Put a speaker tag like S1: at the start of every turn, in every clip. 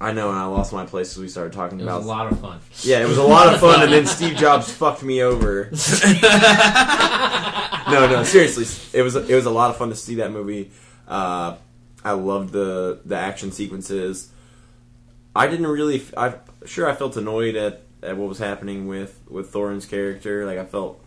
S1: I know, and I lost my place because we started talking
S2: It
S1: about.
S2: was a lot of fun.
S1: Yeah, it was a lot of fun, and then Steve Jobs fucked me over. No, no, seriously, it was it was a lot of fun to see that movie. Uh, I loved the the action sequences. I didn't really. I sure I felt annoyed at, at what was happening with with Thorin's character. Like I felt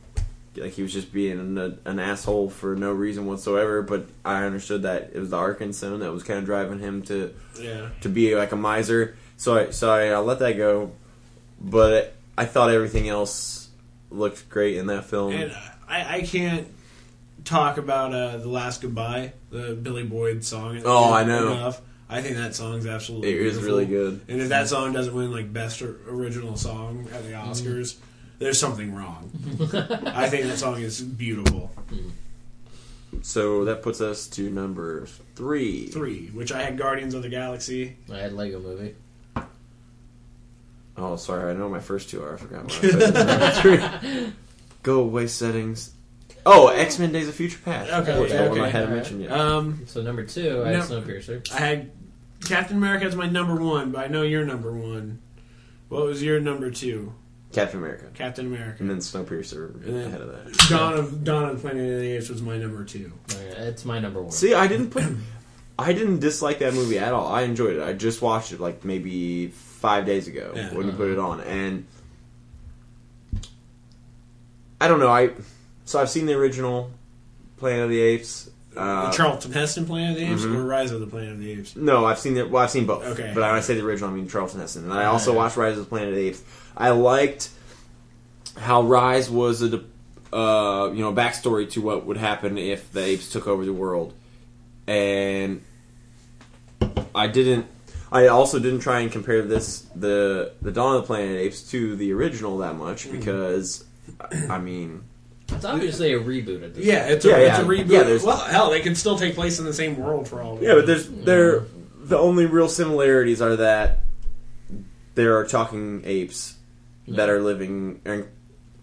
S1: like he was just being an, an asshole for no reason whatsoever. But I understood that it was the Arkansas that was kind of driving him to
S3: Yeah.
S1: to be like a miser. So I, so I, I let that go. But I thought everything else looked great in that film.
S3: And I, I can't talk about uh, the last goodbye, the Billy Boyd song.
S1: Oh, I know.
S3: Enough. I think that song's absolutely.
S1: It is
S3: beautiful.
S1: really good.
S3: And if that song doesn't win like best or- original song at the Oscars, there's something wrong. I think that song is beautiful.
S1: So that puts us to number three.
S3: Three, which I had Guardians of the Galaxy.
S2: I had Lego Movie.
S1: Oh, sorry, I know my first two are. I forgot what I said. number three. Go away settings. Oh, X Men Days of Future Past. of
S3: Okay,
S1: course,
S3: yeah,
S1: the one
S3: okay,
S1: I hadn't
S2: alright.
S1: mentioned yet.
S3: Um,
S2: So number two, I had Snowpiercer.
S3: I had Captain America as my number one, but I know you're number one. What was your number two?
S1: Captain America.
S3: Captain America.
S1: And then Snowpiercer
S3: And then-
S1: ahead of that.
S3: Dawn of Dawn of the Planet of the Apes was my number two.
S2: Alright, Uh, It's my number one.
S1: See, I didn't put. I didn't dislike that movie at all. I enjoyed it. I just watched it like maybe five days ago
S3: Yeah.
S1: when you put it on, and I don't know. I so I've seen the original Planet of the Apes. Uh,
S3: the Charlton Heston Planet of the Apes
S1: mhm.
S3: or Rise of the Planet of the Apes?
S1: No, I've seen the well, I've seen both.
S3: Okay.
S1: But when I say the original, I mean Charlton Heston. And I also
S2: Alright.
S1: watched Rise of the Planet of the Apes. I liked how Rise was a de- uh, you know backstory to what would happen if the apes took over the world, and I didn't. I also didn't try and compare this the the Dawn of the Planet of the Apes to the original that much because I mean
S2: It's obviously a reboot at this
S3: Yeah,
S2: point.
S3: it's a,
S1: Yeah,
S3: it's a
S1: yeah.
S3: reboot.
S1: Yeah, there's-
S3: well, hell, they can still take place in the same world for all. we
S1: Yeah, but
S3: know.
S1: there's there the only real similarities are that there are talking apes that
S2: Yeah.
S1: are living and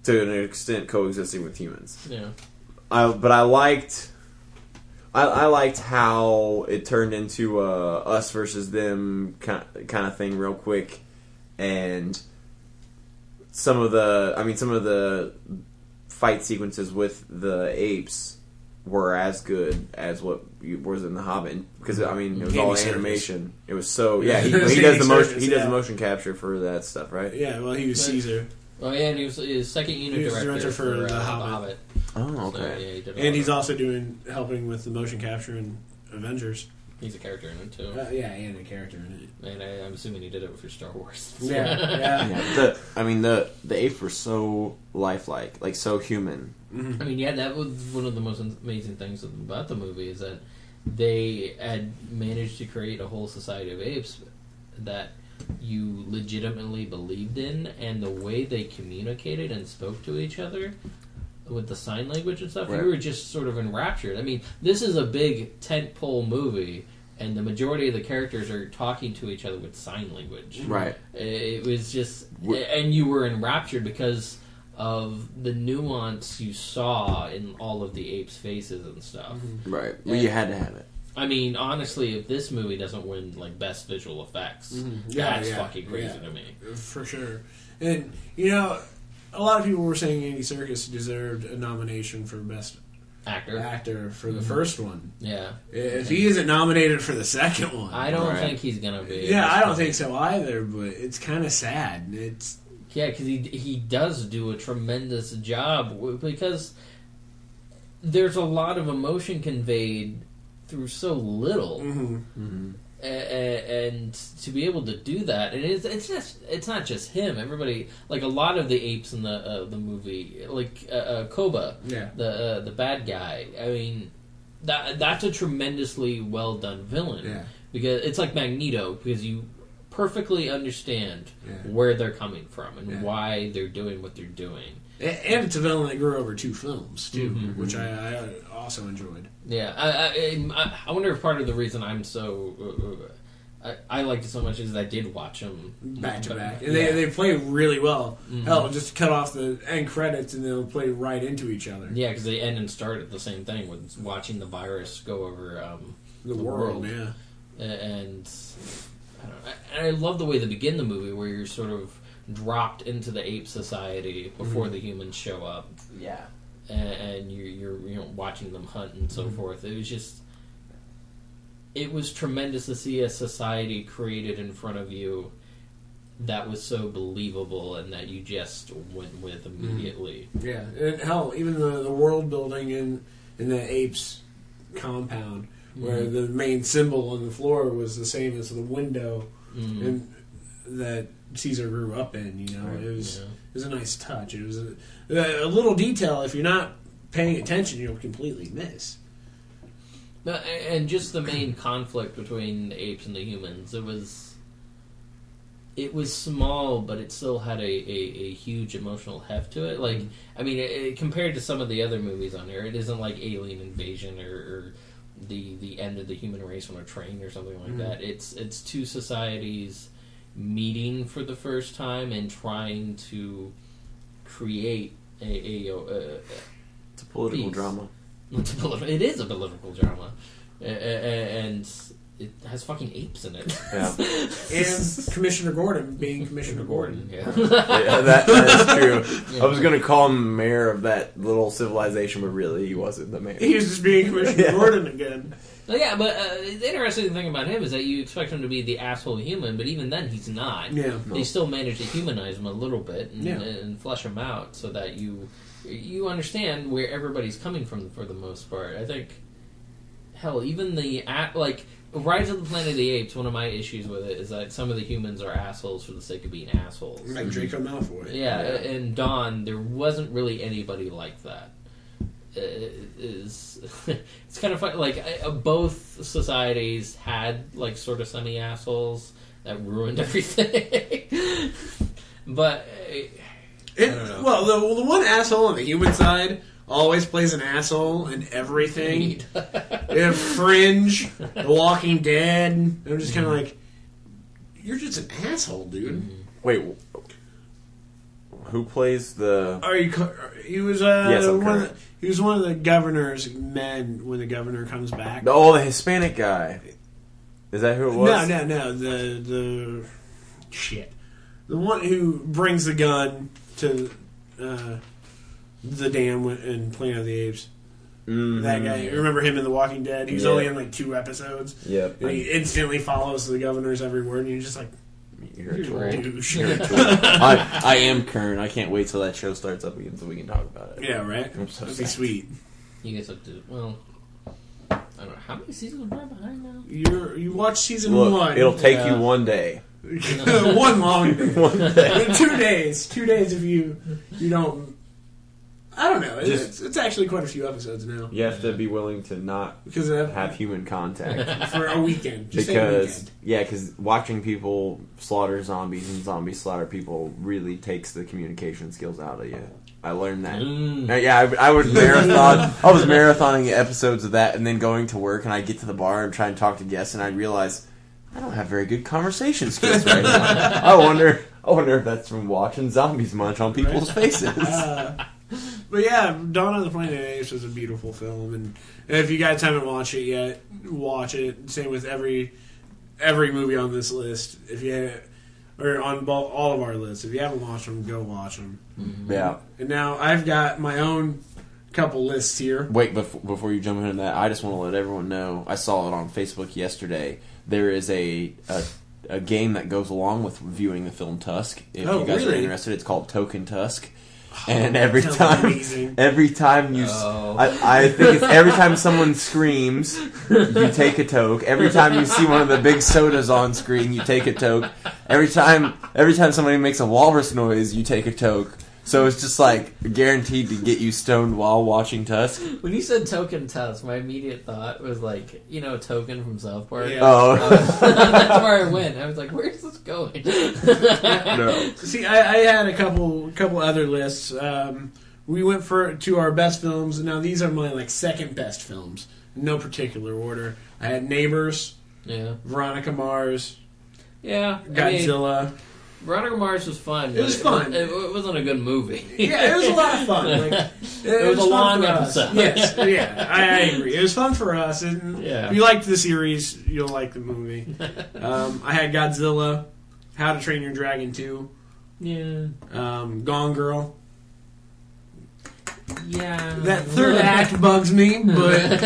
S1: to an extent coexisting with humans.
S2: Yeah.
S1: I but I liked I, I liked how it turned into a us versus them kind kind of thing real quick, and some of the I mean some of the fight sequences with the apes were as good as what you- was in the Hobbit because I mean it was
S3: Andy
S1: all
S3: Serkis.
S1: animation. It was so yeah he,
S3: It was
S1: he does
S3: Andy
S1: the motion
S3: Serkis,
S1: he does
S3: yeah.
S1: the motion capture for that stuff right.
S3: yeah, well, he was
S2: But-
S3: Caesar.
S2: Oh yeah, and he was his second unit
S3: He was
S2: director,
S3: director for The
S2: uh,
S3: Hobbit.
S1: Oh
S2: So, yeah, he did a lot
S3: And he's
S2: of-
S3: also doing helping with the motion capture in Avengers. Uh,
S2: he's a character in it too.
S3: yeah, and a character in it.
S2: And I, I'm assuming he did it for Star Wars.
S3: Yeah, yeah.
S1: Yeah, the, I mean the the apes were so lifelike, like so human.
S2: I mean, yeah, that was one of the most amazing things about the movie is that they had managed to create a whole society of apes that you legitimately believed in, and the way they communicated and spoke to each other with the sign language and stuff,
S1: Right.
S2: you were just sort of enraptured. I mean, this is a big tentpole movie, and the majority of the characters are talking to each other with sign language.
S1: Right.
S2: It was just,
S1: Wh-
S2: and you were enraptured because of the nuance you saw in all of the apes' faces and stuff.
S3: Mm-hmm.
S1: Right. Well, you had to have it.
S2: I mean, honestly, if this movie doesn't win like best visual effects,
S3: Mm-hmm. Yeah,
S2: that's
S3: yeah,
S2: fucking crazy
S3: yeah.
S2: to me.
S3: for sure. And you know, a lot of people were saying Andy Serkis deserved a nomination for best
S2: Actor,
S3: actor for the first one.
S2: yeah.
S3: If he isn't nominated for the second one,
S2: I don't
S1: Right.
S2: think he's gonna be. in
S3: Yeah,
S2: this
S3: I don't
S2: movie.
S3: think so either. But it's kind of sad. It's
S2: Yeah, because he he does do a tremendous job w- because there's a lot of emotion conveyed through so little. A- a- and to be able to do that, and it's it's just it's not just him. Everybody, like a lot of the apes in the uh, the movie, like uh, uh, Koba,
S3: Yeah.
S2: the uh, the bad guy. I mean, that that's a tremendously well done villain.
S3: Yeah.
S2: because it's like Magneto, because you perfectly understand
S3: Yeah.
S2: where they're coming from and
S3: Yeah.
S2: why they're doing what they're doing.
S3: and it's a villain that grew over two films too, which I, I also enjoyed.
S2: Yeah, I, I- I, I wonder if part of the reason I'm so uh, uh, I, I liked it so much is I did watch them
S3: back to back.
S2: Yeah.
S3: And they, they play really well. Hell, just cut off the end credits and they'll play right into each other.
S2: Yeah, because they end and start at the same thing with watching the virus go over um,
S3: The, world, yeah.
S2: a- and I don't know. And I love the way they begin the movie, where you're sort of dropped into the ape society before the humans show up,
S4: Yeah.
S2: a- and you're, you're you know watching them hunt and so forth. It was just, it was tremendous to see a society created in front of you that was so believable and that you just went with immediately.
S3: Yeah, and hell, even the, the world building in in the apes compound, where the main symbol on the floor was the same as the window
S2: Mm.
S3: and that Caesar grew up in. You know,
S1: Right,
S3: it was
S2: yeah.
S3: it was a nice touch. It was a, a little detail. If you're not paying attention, you'll completely miss.
S2: No, a- and just the main conflict between the apes and the humans. It was, it was small, but it still had a, a, a huge emotional heft to
S1: Mm-hmm.
S2: it. Like, I mean, it, it- compared to some of the other movies on there, it isn't like Alien Invasion or, or the the end of the human race on a train or something
S1: Mm-hmm.
S2: like that. It's it's two societies meeting for the first time and trying to create a, a, a, a
S1: It's a political
S2: Peace.
S1: drama.
S2: it's a politi- it is a political drama, A- a- a- and it has fucking apes in it.
S1: Yeah.
S3: And Commissioner Gordon being Commissioner Gordon.
S2: Yeah.
S1: Yeah, that, that is true. I was gonna call him mayor of that little civilization, but really he wasn't the mayor.
S3: He was just being Commissioner
S1: Yeah.
S3: Gordon again.
S2: But yeah, but uh, the interesting thing about him is that you expect him to be the asshole human, but even then he's not.
S3: Yeah.
S2: They still manage to humanize him a little bit and,
S3: Yeah.
S2: and flesh him out so that you you understand where everybody's coming from for the most part. I think hell, even the a- like Rise of the Planet of the Apes. One of my issues with it is that some of the humans are assholes for the sake of being assholes.
S3: Like Draco Malfoy.
S2: Yeah, and Dawn, there wasn't really anybody like that. Uh, Is it's kind of fun. Like uh, both societies had like sort of semi assholes that ruined everything. but uh,
S3: It,
S2: I don't know.
S3: well, the, well, the one asshole on the human side always plays an asshole in everything. in Fringe, The Walking Dead. I'm just kind of like, you're just an asshole, dude.
S2: Mm-hmm.
S1: Wait, who plays the?
S3: Are you? co- He was uh,
S1: Yes, I'm
S3: one of the,
S1: current.
S3: he was one of the governor's men when the governor comes back.
S1: Oh, the Hispanic guy. Is that who it was?
S3: no, no, no. The the shit. The one who brings the gun to uh, the dam in Planet of the Apes.
S1: Mm,
S3: That guy, you remember him in The Walking Dead? He was
S1: Yeah.
S3: only in like two episodes.
S1: Yep.
S3: And he instantly follows the governor's every word, and you're just like,
S1: You're a
S3: you're
S1: tool.
S3: a
S2: right.
S3: douche.
S1: I, I am Kern. I can't wait till that show starts up again so we can talk about it.
S3: yeah, right?
S1: I'm so
S3: That'd be
S1: sad.
S3: sweet.
S2: he gets up to well, I don't know how many seasons am I behind now.
S3: You're, you watch season
S1: Look,
S3: one.
S1: it'll take
S2: Yeah.
S1: you one day.
S3: one long day.
S1: One day.
S3: two days. Two days if you you don't. I don't know.
S1: Just-
S3: it's, it's actually quite a few episodes now.
S1: You have to be willing to not
S3: Because I've,
S1: have human contact
S3: for a weekend. Just take a
S1: because
S3: weekend.
S1: yeah, because watching people slaughter zombies and zombies slaughter people really takes the communication skills out of you. I learned that.
S2: Mm.
S1: Uh, Yeah, I, I would marathon. I was marathoning episodes of that, and then going to work, and I get to the bar and try and talk to guests, and I realize I don't have very good conversation skills right now. I wonder. I wonder if that's from watching zombies munch on people's faces.
S3: Uh, but yeah, Dawn of the Planet of the Apes is a beautiful film, and if you guys haven't watched it yet, watch it. Same with every every movie on this list. If you had, or on bo- all of our lists, if you haven't watched them, go watch them.
S1: Yeah.
S3: And now I've got my own couple lists here.
S1: Wait, before, before you jump into that, I just want to let everyone know I saw it on Facebook yesterday. There is a, a a game that goes along with viewing the film Tusk. If
S3: Oh,
S1: you guys
S3: really?
S1: are interested, it's called Token Tusk. And every
S3: sounds
S1: time,
S3: amazing.
S1: every time you, s
S2: Oh.
S1: I I I, think it's every time someone screams, you take a toke. Every time you see one of the big sodas on screen, you take a toke. Every time, every time somebody makes a walrus noise, you take a toke. So it's just like guaranteed to get you stoned while watching Tusk.
S2: When you said token test, my immediate thought was like, you know, token from South Park.
S3: Yeah.
S1: Oh.
S2: That's where I went. I was like, where's this going?
S1: No.
S3: See, I, I had a couple couple other lists. Um, we went for to our best films, and now these are my like second best films, no particular order. I had Neighbors,
S2: Yeah.
S3: Veronica Mars,
S2: Yeah. I mean,
S3: Godzilla.
S2: Roderick Mars was fun.
S3: It was
S2: but
S3: fun.
S2: It, it wasn't a good movie.
S3: Yeah, it was a lot of fun. Like, it,
S2: was a
S3: fun
S2: long
S3: for us.
S2: episode.
S3: Yes, yeah, I, I agree. It was fun for us. And
S2: Yeah.
S3: If you liked the series, you'll like the movie. Um, I had Godzilla, How to Train Your Dragon 2,
S2: yeah.
S3: um, Gone Girl.
S2: Yeah.
S3: That third act bugs me, but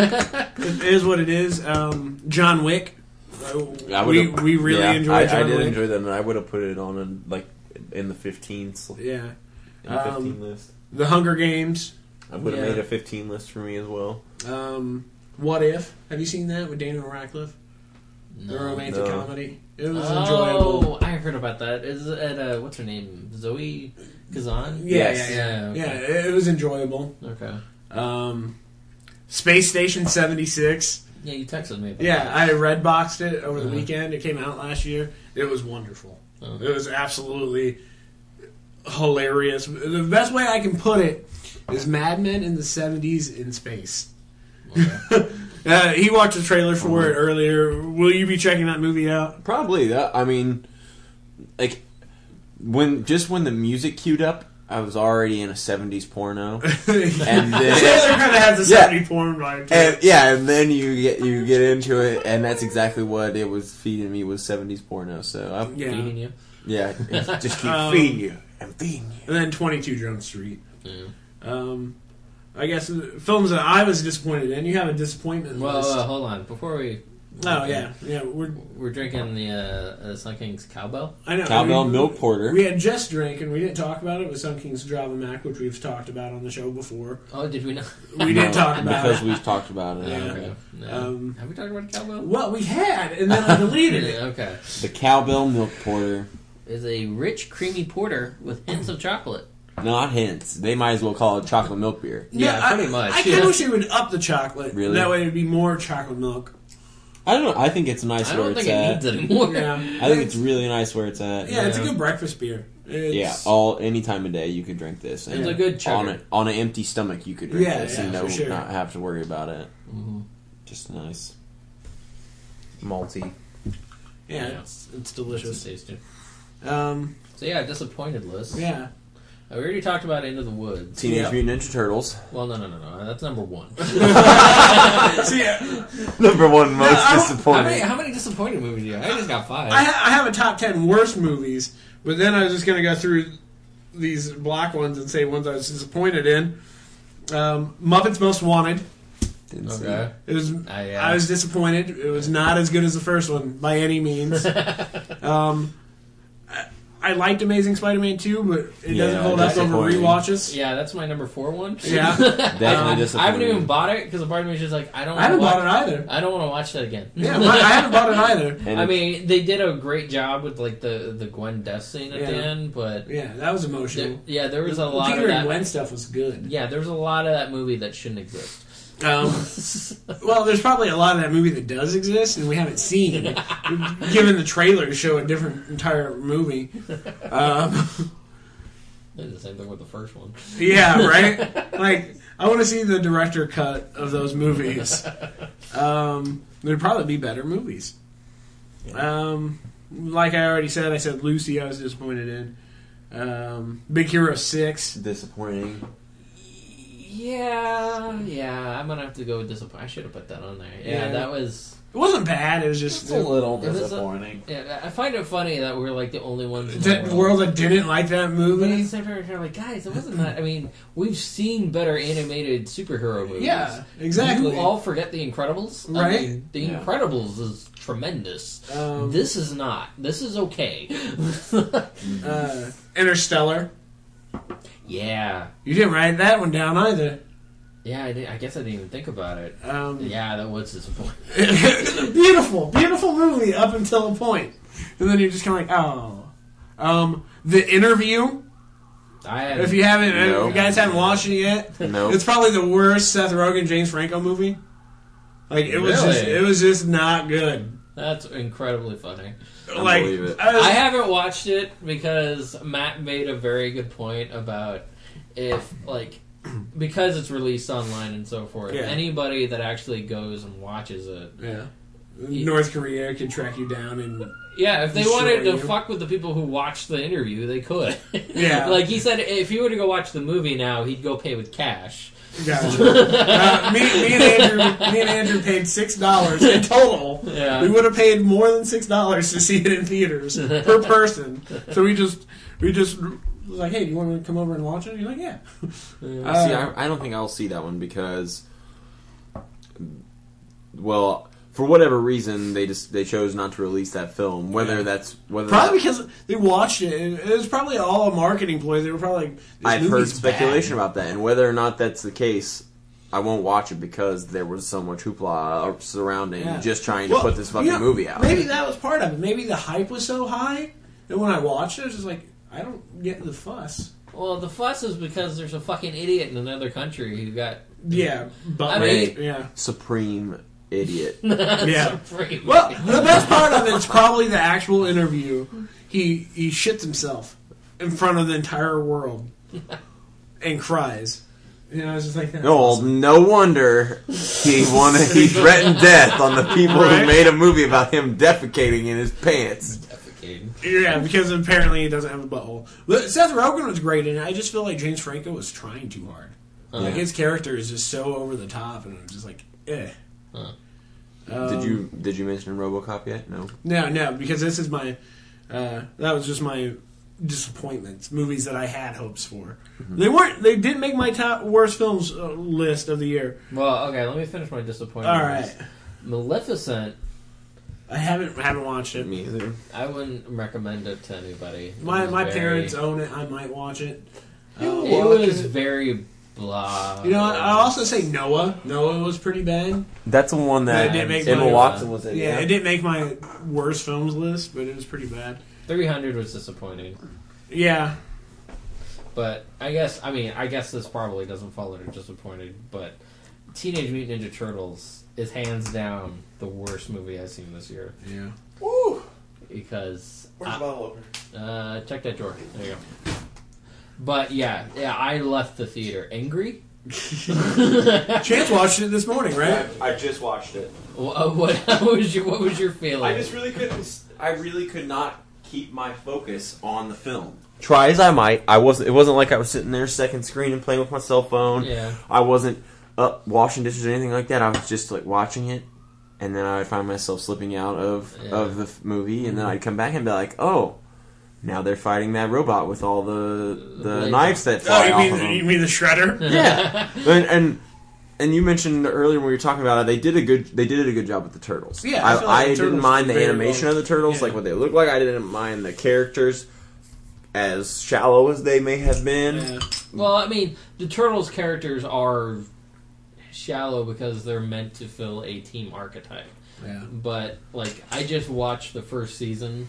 S3: it is what it is. Um, John Wick.
S1: I
S3: we
S1: would've-
S3: we really
S1: yeah,
S3: enjoyed
S1: I,
S3: John
S1: I did
S3: Wick.
S1: enjoy that, and I would have put it on in, like in the 15 sl-
S3: yeah.
S1: in the 15
S3: Um,
S1: list.
S3: The Hunger Games.
S1: I would have
S3: yeah.
S1: made a 15 list for me as well.
S3: Um, what If? Have you seen that with Daniel Radcliffe? The
S2: No.
S3: romantic
S1: No.
S3: comedy. It was enjoyable.
S2: Oh, I heard about that. Is it uh, what's her name? Zoe Kazan.
S3: Yeah,
S1: Yes.
S3: yeah, yeah.
S2: Yeah, okay.
S3: Yeah, it- it was enjoyable.
S2: Okay.
S3: Um, Space Station 76.
S2: Yeah, you texted me. About
S3: Yeah, I red boxed it over the
S2: Uh-huh.
S3: weekend. It came out last year. It was wonderful.
S2: That. Oh.
S3: It was absolutely hilarious. The best way I can put it is Mad Men in the 70s in space.
S2: okay.
S3: Uh, he watched the trailer for it earlier. Will you be checking that movie out?
S1: Probably that. I mean, like when just when the music queued up, I was already in a 70s porno.
S3: and
S1: then-
S3: Taylor kind of has a
S1: Yeah.
S3: 70 porn vibe. to
S1: And,
S3: it.
S1: yeah, and then you get you get into it, and that's exactly what it was feeding me was seventies porno. So I,
S3: Yeah.
S2: Feeding you.
S1: yeah, it's just keep
S3: Um,
S1: feeding you and feeding you.
S3: And then 22 Jump Street.
S2: Yeah.
S3: Um, I guess uh, films that I was disappointed in. You have a disappointment
S2: Well,
S3: list.
S2: uh, hold on. Before we.
S3: oh yeah, yeah. We're
S2: We're drinking the uh, uh, Sun King's Cowbell.
S3: I know.
S1: Cowbell
S3: we,
S1: milk porter.
S3: We had just drank and we didn't talk about it with Sun King's Java Mac, which we've talked about on the show before.
S2: Oh, did we not?
S3: We
S1: No,
S3: didn't talk about
S1: because
S3: it.
S1: we've talked about it.
S3: Yeah.
S2: Okay. No.
S3: Um,
S2: Have we talked about a cowbell?
S3: Well, we had, and then I deleted
S2: Yeah,
S3: it.
S2: Okay.
S1: The cowbell milk porter,
S2: Is a rich, creamy porter with hints of chocolate.
S1: not hints. They might as well call it chocolate milk beer.
S2: Yeah,
S3: No, I-
S2: pretty much,
S3: I, kind
S2: yeah.
S3: of wish they would up the chocolate.
S1: Really?
S3: That way it'd be more chocolate milk.
S1: I don't. know. I think it's nice
S2: I
S1: where
S2: don't
S1: it's
S2: think it
S1: at.
S2: needs anymore.
S3: Yeah,
S1: I think it's really nice where it's at.
S3: yeah, it's a
S2: yeah.
S3: good breakfast beer. It's,
S1: Yeah, all any time of day you could drink this.
S2: It's
S1: And
S2: a good
S1: on
S2: chugger.
S1: a, on an empty stomach you could drink
S3: Yeah,
S1: this
S3: yeah,
S1: and
S3: for
S1: no,
S3: sure.
S1: not have to worry about it.
S2: Mhm.
S1: Just nice, malty.
S3: yeah,
S2: Yeah.
S3: it's, it's
S2: Delicious
S3: delicious.
S2: tasting.
S1: oh.
S3: Um,
S2: So yeah, disappointed list.
S3: yeah,
S2: Uh, We already talked about Into the Woods.
S1: Teenage
S3: Yeah.
S1: Mutant Ninja Turtles.
S2: Well, no, no, no, no. That's number one.
S3: so yeah.
S1: Number one most
S3: I don't-
S2: How many,
S1: disappointing.
S2: how many disappointed movies do you have? I just got five.
S3: I, ha- I have a top 10 worst movies, but then I was just going to go through these black ones and say ones I was disappointed in. Um, Muppets Most Wanted.
S1: Didn't see
S2: okay.
S1: it.
S3: It was.
S2: I, uh,
S3: I was disappointed. It was not as good as the first one by any means. um, I, I liked Amazing Spider-Man 2, but it
S1: Yeah,
S3: doesn't hold up over
S1: disappointing.
S3: rewatches.
S2: yeah, that's my number four one.
S3: Yeah.
S1: Definitely
S2: Um, I haven't
S1: disappointing.
S2: even bought it because a part of me is just like, I don't.
S3: I haven't
S2: wanna
S3: bought it either.
S2: I don't want to watch that again.
S3: Yeah, but I haven't bought it either.
S1: And
S2: I
S1: it-
S2: mean, they did a great job with like the the Gwen death scene at the
S3: Yeah.
S2: end, but
S3: Yeah, that was
S2: there,
S3: emotional.
S2: yeah, there was a
S3: The
S2: lot
S3: Peter
S2: of
S3: and
S2: that.
S3: Gwen stuff was good.
S2: Yeah, there was a lot of that movie that shouldn't exist.
S3: Um, Well, there's probably a lot of that movie that does exist and we haven't seen, given the trailers show a different entire movie. Um,
S2: They did the same thing with the first one.
S3: yeah, right. Like, I want to see the director cut of those movies. Um, there'd probably be better movies. Um, like I already said, I said Lucy. I was disappointed in um, Big Hero Six.
S1: disappointing.
S2: Yeah, yeah, I'm gonna have to go with disappointment. I should have put that on there. Yeah,
S3: Yeah.
S2: that was.
S3: It wasn't bad. It was just the,
S1: little
S2: It was a- Yeah, I find it funny that we're like the only ones in the world.
S3: world that didn't like that
S2: But at the
S3: movie.
S2: same time, you're like, guys, it wasn't that. I mean, we've seen better animated superhero movies.
S3: Yeah, exactly.
S2: You all forget The Incredibles, I
S3: Right.
S2: mean, the
S1: Yeah.
S2: Incredibles is tremendous.
S3: Um,
S2: this is not. This is okay.
S3: uh, Interstellar.
S2: yeah,
S3: You didn't write that one down either.
S2: yeah. I, did, I guess I didn't even think about it.
S3: Um,
S2: Yeah, that was disappointing.
S3: beautiful, beautiful movie up until a point, and then you're just kind of like, oh. Um, the interview.
S2: I had,
S3: If you haven't, uh,
S1: No.
S3: if you guys haven't watched it yet,
S1: No.
S3: it's probably the worst Seth Rogen James Franco movie. Like it was, just,
S2: Really?
S3: it was just not good.
S2: that's incredibly funny.
S1: I
S3: like
S1: believe it.
S3: I was-
S2: I haven't watched it because Matt made a very good point about if like because it's released online and so forth.
S3: Yeah.
S2: Anybody that actually goes and watches it
S3: yeah, North Korea can track you down and
S2: Yeah, if they
S3: Destroy
S2: wanted to
S3: you.
S2: fuck with the people who watched the interview, they could.
S3: Yeah.
S2: like he said, if he were to go watch the movie now, he'd go pay with cash.
S3: Gotcha. uh, me, me and Andrew, me and Andrew paid six dollars in total.
S2: Yeah.
S3: We would have paid more than six dollars to see it in theaters per person. So we just, we just was like, hey, do you want to come over and watch it? You're like, yeah. Uh,
S1: see, I, I don't think I'll see that one because, well, for whatever reason, they just they chose not to release that film. Whether that's whether
S3: Probably
S1: that-
S3: because they watched it. and It was probably all a marketing ploy. They were probably like, this
S1: I've heard
S3: movie's bad.
S1: speculation about that, and whether or not that's the case. I won't watch it because there was so much hoopla surrounding
S3: Yeah.
S1: just trying to
S3: Well,
S1: put this fucking
S3: you know,
S1: movie out.
S3: Maybe that was part of it. Maybe the hype was so high that when I watched it, I was just like, I don't get the fuss.
S2: Well, the fuss is because there's a fucking idiot in another country who got
S3: Yeah, but
S2: I mean-
S3: yeah,
S1: Supreme idiot.
S3: yeah.
S2: free.
S3: Well, the best part of it is probably the actual interview. He he shits himself in front of the entire world and cries. You know, I was just like,
S1: No, well, no wonder he wanted he threatened death on the people
S3: Right.
S1: who made a movie about him defecating in his pants.
S3: yeah, because apparently he doesn't have a butthole. But Seth Rogen was great, and I just feel like James Franco was trying too hard. Like
S1: Yeah.
S3: his character is just so over the top, and I'm just like, eh.
S2: Huh.
S3: Um,
S1: Did you did you mention RoboCop yet? No.
S3: No, no, because this is my. Uh, that was just my disappointments. Movies that I had hopes for. They weren't. They didn't make my top worst films uh, list of the year.
S2: Well, okay, let me finish my disappointment.
S3: All right,
S2: Maleficent,
S3: I haven't haven't watched it.
S1: Me either.
S2: I wouldn't recommend it to anybody. It
S3: My
S2: was
S3: my
S2: very-
S3: parents uh, own it. I might watch it. Uh,
S2: It was very blah.
S3: You know, what? I also say Noah. Noah was pretty bad.
S1: That's the one
S3: that
S1: that
S3: I didn't make
S1: Emma
S3: money
S1: Watson
S2: on.
S1: was in.
S3: Yeah, it didn't make my worst films list, but it was pretty bad.
S2: 300 was disappointing.
S3: Yeah,
S2: But I guess I mean I guess this probably doesn't fall under disappointed, but Teenage Mutant Ninja Turtles is hands down the worst movie I've seen this year
S3: yeah.
S1: Woo!
S2: because I-
S1: bottle opener?
S2: uh, check that drawer. There you go. But yeah, yeah, I left the theater angry. Wha-
S3: Chance watched it this morning, right?
S1: I just watched it.
S2: what, what was your what was your feeling?
S1: I just really couldn't. I really could not keep my focus on the film. Try as I might, I wasn't. It wasn't like I was sitting there second screen and playing with my cell phone.
S2: yeah.
S1: I wasn't up washing dishes or anything like that. I was just like watching it, and then I would find myself slipping out of
S2: Yeah.
S1: of the f- movie, and then I'd come back and be like, oh. Now they're fighting that robot with all the
S2: The
S1: the
S2: blade.
S1: knives that
S3: Oh,
S1: fly
S3: you
S1: off of
S3: mean
S1: him.
S3: you mean the Shredder?
S1: yeah, and, and and you mentioned earlier when we were talking about it, they did a good they did a good job with the turtles.
S3: Yeah, I
S1: I,
S3: feel like
S1: I
S3: the
S1: didn't
S3: turtles
S1: mind the
S3: did very
S1: animation
S3: well.
S1: of the turtles,
S3: Yeah.
S1: like what they look like. I didn't mind the characters, as shallow as they may have been.
S3: Yeah.
S2: Well, I mean, the turtles characters are shallow because they're meant to fill a team archetype.
S3: yeah.
S2: but like I just watched the first season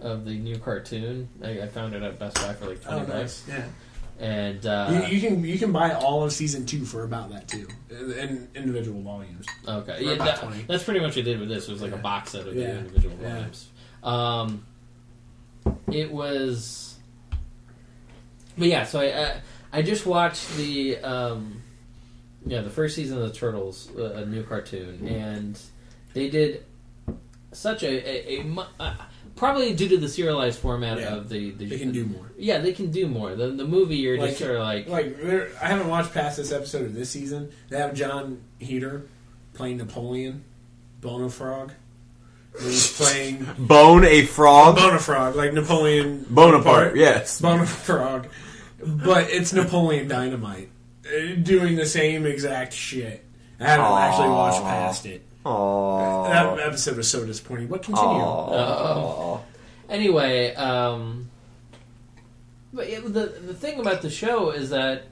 S2: of the new cartoon. I, I found it at Best Buy for like
S3: Oh,
S2: twenty bucks,
S3: nice. Yeah.
S2: and uh,
S3: You, you can you can buy all of season two for about that too, in, in individual volumes.
S2: okay,
S3: for
S2: yeah,
S3: about
S2: that-
S3: 20.
S2: that's pretty much what I did with this. It was like a box set of
S3: Yeah.
S2: the individual
S3: Yeah.
S2: volumes. Um, it was, but yeah. So I I, I just watched the um, yeah the first season of the Turtles, uh, a new cartoon, and they did such a, a, a mu- uh, probably due to the serialized format
S3: Yeah.
S2: of the, the
S3: They can do more.
S2: Yeah, they can do more. The, the movie, you're
S3: Like-
S2: just sort of like,
S3: Like there, I haven't watched past this episode of this season. They have John Heater playing Napoleon, Bono Frog. And He's playing
S1: Bone a frog,
S3: Bono Frog, like Napoleon
S1: Bonaparte. Yes,
S3: Bono Frog, but it's Napoleon Dynamite uh, doing the same exact shit. I haven't
S1: Aw.
S3: actually watched past it. That
S1: Aww.
S3: episode was so disappointing. But continue.
S2: anyway. Um, but it, the the thing about the show is that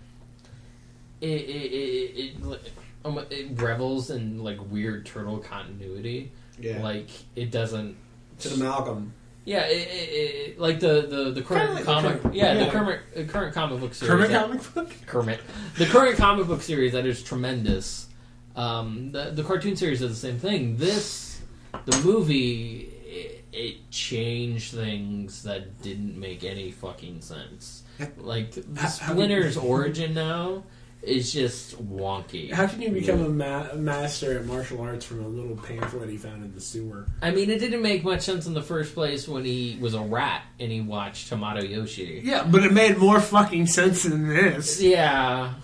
S2: it it, it, it, like, um, it revels in like weird turtle continuity.
S3: Yeah.
S2: Like it doesn't.
S3: to the Malcolm.
S2: Yeah, it, it, it, like the the the
S3: Kinda
S2: current
S3: like the
S2: comic.
S3: current-
S2: yeah,
S3: yeah.
S2: the current uh, current comic book series.
S3: Kermit
S2: that-
S3: comic book.
S2: Kermit. The current comic book series that is tremendous. Um, the the cartoon series does the same thing. This the movie it, it changed things that didn't make any fucking sense. Like
S3: How- how-
S2: Splinter's origin now It's just wonky.
S3: How can you become a ma- master at martial arts from a little pamphlet he found in the sewer?
S2: I mean, it didn't make much sense in the first place when he was a rat and he watched Tomato Yoshi.
S3: Yeah, but it made more fucking sense than this.
S2: Yeah.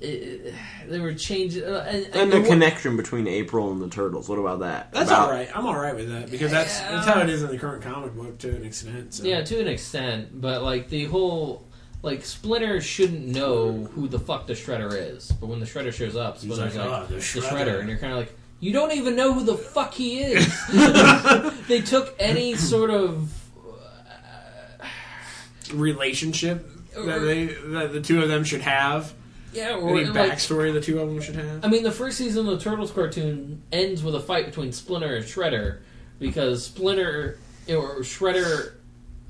S2: It- they were changing. Uh, and,
S1: And the
S2: what-
S1: connection between April and the turtles. What about that?
S3: That's
S1: About-
S3: all right. I'm all right with that because that's that's how it is in the current comic book to an extent. So.
S2: Yeah, to an extent, but like the whole like Splinter shouldn't know who the fuck the Shredder is, but when the Shredder shows up, Splinter's
S3: like,
S2: like,
S3: "Ah, the
S2: the, Shredder.
S3: Shredder."
S2: and you're kind of like, you don't even know who the fuck he is. they took any sort of
S3: relationship that they that the two of them should have.
S2: yeah, or
S3: Any
S2: like,
S3: backstory the two of them should have.
S2: I mean, the first season of the Turtles cartoon ends with a fight between Splinter and Shredder because Splinter or Shredder.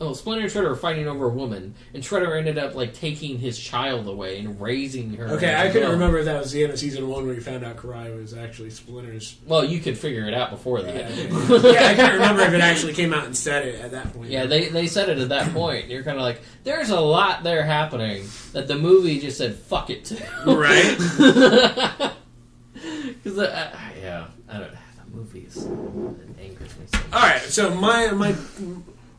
S2: Oh, Splinter and Shredder are fighting over a woman, and Shredder ended up like taking his child away and raising her.
S3: Okay,
S2: as
S3: I
S2: a
S3: couldn't
S2: villain.
S3: remember if that was the end of season one where you found out Karai was actually Splinter's.
S2: Well, you could figure it out before
S3: Yeah,
S2: that.
S3: I can't remember if it actually came out and said it at that point.
S2: Yeah, they, they said it at that point. You're kind of like, there's a lot there happening that the movie just said, fuck it to.
S3: right.
S2: Because, uh, yeah, I don't The movies, it angers me so
S3: All right, so my my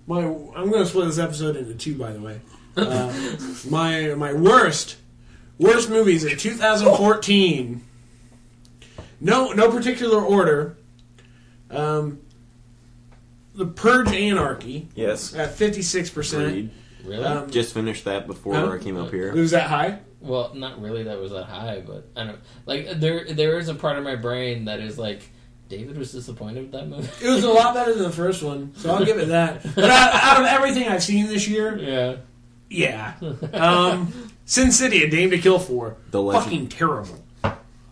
S3: my I'm going to split this episode into two. By the way, uh, my my worst worst movies in 2014. No no particular order. Um, the Purge Anarchy
S1: Yes.
S3: at 56
S1: Agreed.
S3: percent.
S2: Really?
S3: Um,
S1: Just finished that before
S3: Huh?
S1: I came up
S3: it
S1: here.
S3: was that high?
S2: well, not really that was that high, but I don't. Like, there there is a part of my brain that is like, David was disappointed with that movie.
S3: It was a lot better than the first one, so I'll give it that. But out, out of everything I've seen this year,
S2: yeah.
S3: yeah. Um, Sin City, A Dame to Kill For,
S1: The legend.
S3: fucking terrible.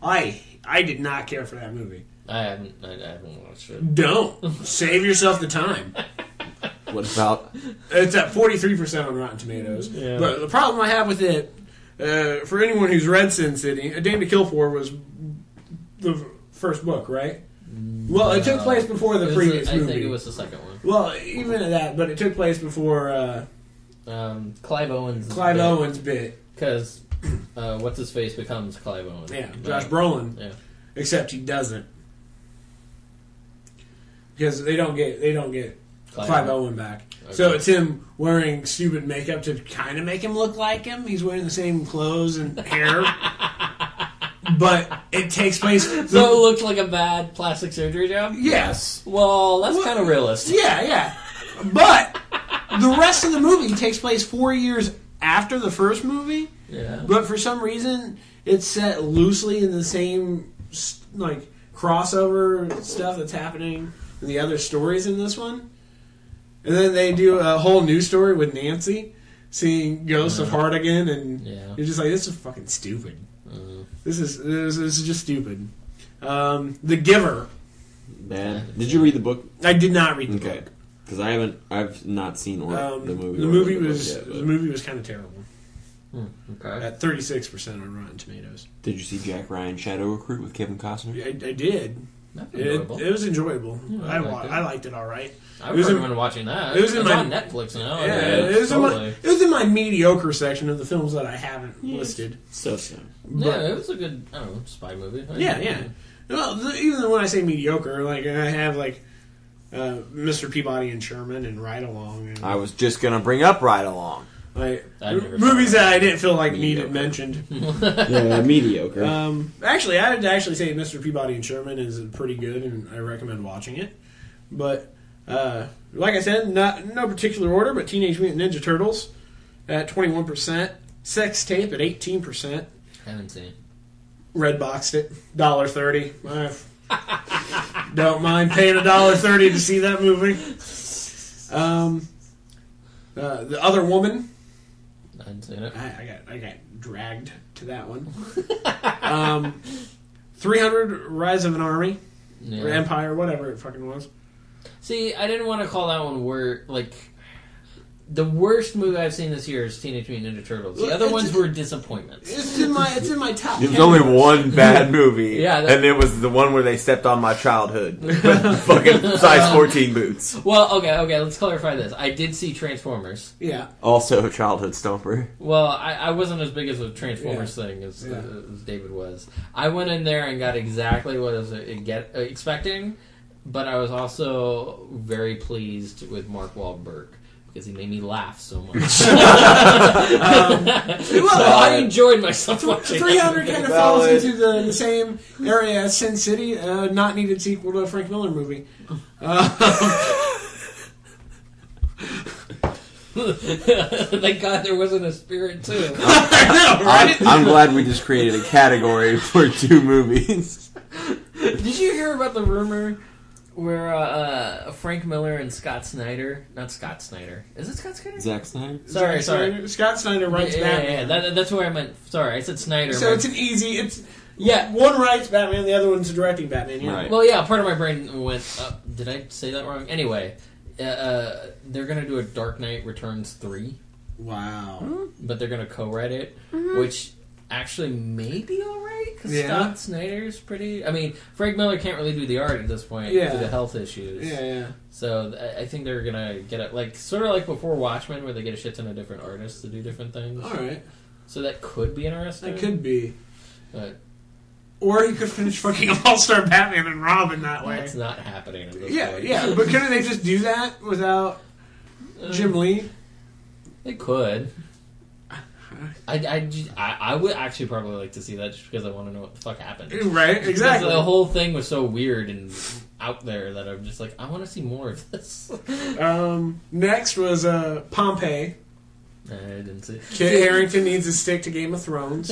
S3: I I did not care for that movie.
S2: I haven't, I, I haven't watched it.
S3: Don't save yourself the time.
S1: What about
S3: It's at forty three percent on Rotten Tomatoes.
S2: Yeah.
S3: But the problem I have with it, uh, for anyone who's read Sin City, A Dame to Kill For was the first book, right? Well, it took
S2: Uh,
S3: place before
S2: it
S3: the
S2: was
S3: previous
S2: the- I
S3: movie.
S2: think it was the second one.
S3: Well, even at that, but it took place before uh,
S2: Um, Clive Owens.
S3: Clive Owen's bit.
S2: Because, uh, what's his face becomes Clive Owens.
S3: Yeah, Josh Brolin.
S2: Yeah.
S3: Except he doesn't. Because they don't get they don't get Clive, Owen back. So
S2: Okay.
S3: it's him wearing stupid makeup to kind of make him look like him. He's wearing the same clothes and hair. but it takes place
S2: So it looked like a bad plastic surgery job?
S3: Yes.
S2: Well, that's kind of realistic.
S3: Yeah, yeah. But the rest of the movie takes place 4 years after the first movie.
S2: Yeah.
S3: But for some reason, it's set loosely in the same s- like crossover stuff that's happening in the other stories in this one. And then they do a whole new story with Nancy seeing Ghost of Hardigan, and
S2: Yeah.
S3: you're just like, this is fucking stupid.
S2: Mm.
S3: This is this, this is just stupid. Um, the Giver.
S1: that? Did you read the book?
S3: I did not read the
S1: Okay.
S3: book.
S1: Because I haven't, I've not seen or
S3: Um,
S1: the movie.
S3: The
S1: or
S3: movie
S1: read book
S3: was
S1: yet, but-
S3: the movie was kind of terrible.
S2: Okay.
S3: At 36 percent on Rotten Tomatoes.
S1: Did you see Jack Ryan Shadow Recruit with Kevin Costner?
S3: I, I did.
S2: That's
S3: It,
S2: enjoyable.
S3: it was enjoyable.
S2: Yeah, I
S3: I,
S2: liked
S3: wa-
S2: it.
S3: I liked it all right.
S2: I
S3: it was in-
S2: recommend watching that.
S3: it was in
S2: it's
S3: my-
S2: on Netflix now.
S3: Yeah,
S1: Yeah,
S3: it, was in my,
S2: Oh, totally.
S3: it was in my mediocre section of the films that I haven't listed.
S1: So so.
S2: yeah,
S3: But
S2: it was a good, I don't know, spy movie. I
S3: yeah,
S2: don't
S3: yeah.
S2: know.
S3: Well, the, even when I say mediocre, like I have like uh, Mr. Peabody and Sherman and Ride Along and
S1: I was just gonna bring up Ride Along.
S3: like
S2: I never
S3: movies
S2: saw
S3: that I didn't feel like needed
S1: Mediocre.
S3: mentioned.
S1: yeah, mediocre.
S3: Um, actually, I'd actually say Mr. Peabody and Sherman is pretty good, and I recommend watching it. But uh, like I said, not no particular order, but Teenage Mutant Ninja Turtles at twenty one percent, Sex Tape at eighteen percent.
S2: Haven't seen.
S3: red boxed it dollar thirty. I don't mind paying a dollar thirty to see that movie. Um, uh, the other woman,
S2: I haven't seen it.
S3: I, I got I got dragged to that one. Um, Three hundred Rise of an Army
S2: Yeah.
S3: or Empire, whatever it fucking was.
S2: See, I didn't want to call that one word like the worst movie I've seen this year is Teenage Mutant Ninja Turtles. The
S3: Look,
S2: other
S3: it's-
S2: ones were disappointments.
S3: It's in my it's in my top.
S1: There's
S3: 10
S1: only
S3: worst.
S1: one bad movie,
S2: Yeah, that-
S1: and it was the one where they stepped on my childhood with fucking size 14 boots.
S2: Well, okay, okay, let's clarify this. I did see Transformers.
S3: Yeah,
S1: Also, childhood stomper.
S2: Well, I, I wasn't as big as a Transformers thing as,
S3: Yeah.
S2: as David was. I went in there and got exactly what I was uh, get, uh, expecting, but I was also very pleased with Mark Wahlberg because he made me laugh so much. so I enjoyed myself watching. that
S3: three hundred
S2: movie.
S3: kind of falls
S1: Valid.
S3: into the, the same area as Sin City. Uh, not needed sequel to a Frank Miller movie.
S2: Thank God there wasn't a spirit too.
S3: I know, right?
S1: I'm glad we just created a category for two movies.
S2: Did you hear about the rumor where uh, uh, Frank Miller and Scott Snyder? Not Scott Snyder. Is it Scott Snyder?
S1: Zack Snyder?
S2: Sorry,
S3: Zack
S2: sorry.
S3: Snyder- Scott Snyder writes
S2: yeah, yeah,
S3: Batman.
S2: yeah. That, that's where I meant. Sorry, I said Snyder.
S3: So
S2: My-
S3: it's an easy. It's
S2: yeah.
S3: one writes Batman, the other one's directing Batman. Yeah.
S1: Right.
S2: Well, yeah. Part of my brain went. Uh, did I say that wrong? Anyway, uh, uh, they're gonna do a Dark Knight Returns three,
S3: Wow.
S2: but they're gonna co-write it, which actually may be all right because
S3: Yeah.
S2: Scott Snyder's pretty. I mean, Frank Miller can't really do the art at this point
S3: Yeah.
S2: due to health issues.
S3: Yeah, yeah.
S2: So th- I- I think they're gonna get it like sort of like before Watchmen, where they get a shit ton of different artists to do different things.
S3: All right.
S2: So that could be interesting.
S3: That could be.
S2: but
S3: Or he could finish fucking All Star Batman and Robin that way.
S2: that's not happening. At this
S3: Yeah,
S2: point.
S3: yeah. But couldn't they just do that without
S2: Uh,
S3: Jim Lee?
S2: They could. I, I, ju- I, I would actually probably like to see that just because I want to know what the fuck happened.
S3: Right.
S2: Because
S3: Exactly.
S2: The whole thing was so weird and out there that I'm just like, I want to see more of this. I
S3: Um, next was uh, Pompeii.
S2: didn't see.
S3: Kit Harrington needs a stick to Game of Thrones.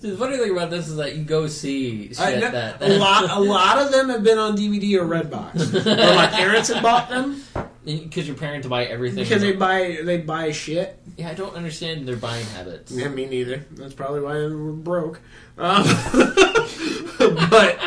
S2: The funny thing about this is that you go see shit
S3: I-
S2: that,
S3: a lot, a lot of them have been on DVD or Redbox. Or my parents had bought them
S2: because your parents buy everything.
S3: because they buy they buy shit.
S2: Yeah, I don't understand their buying habits.
S3: Yeah, me neither. That's probably why we're broke. Um, but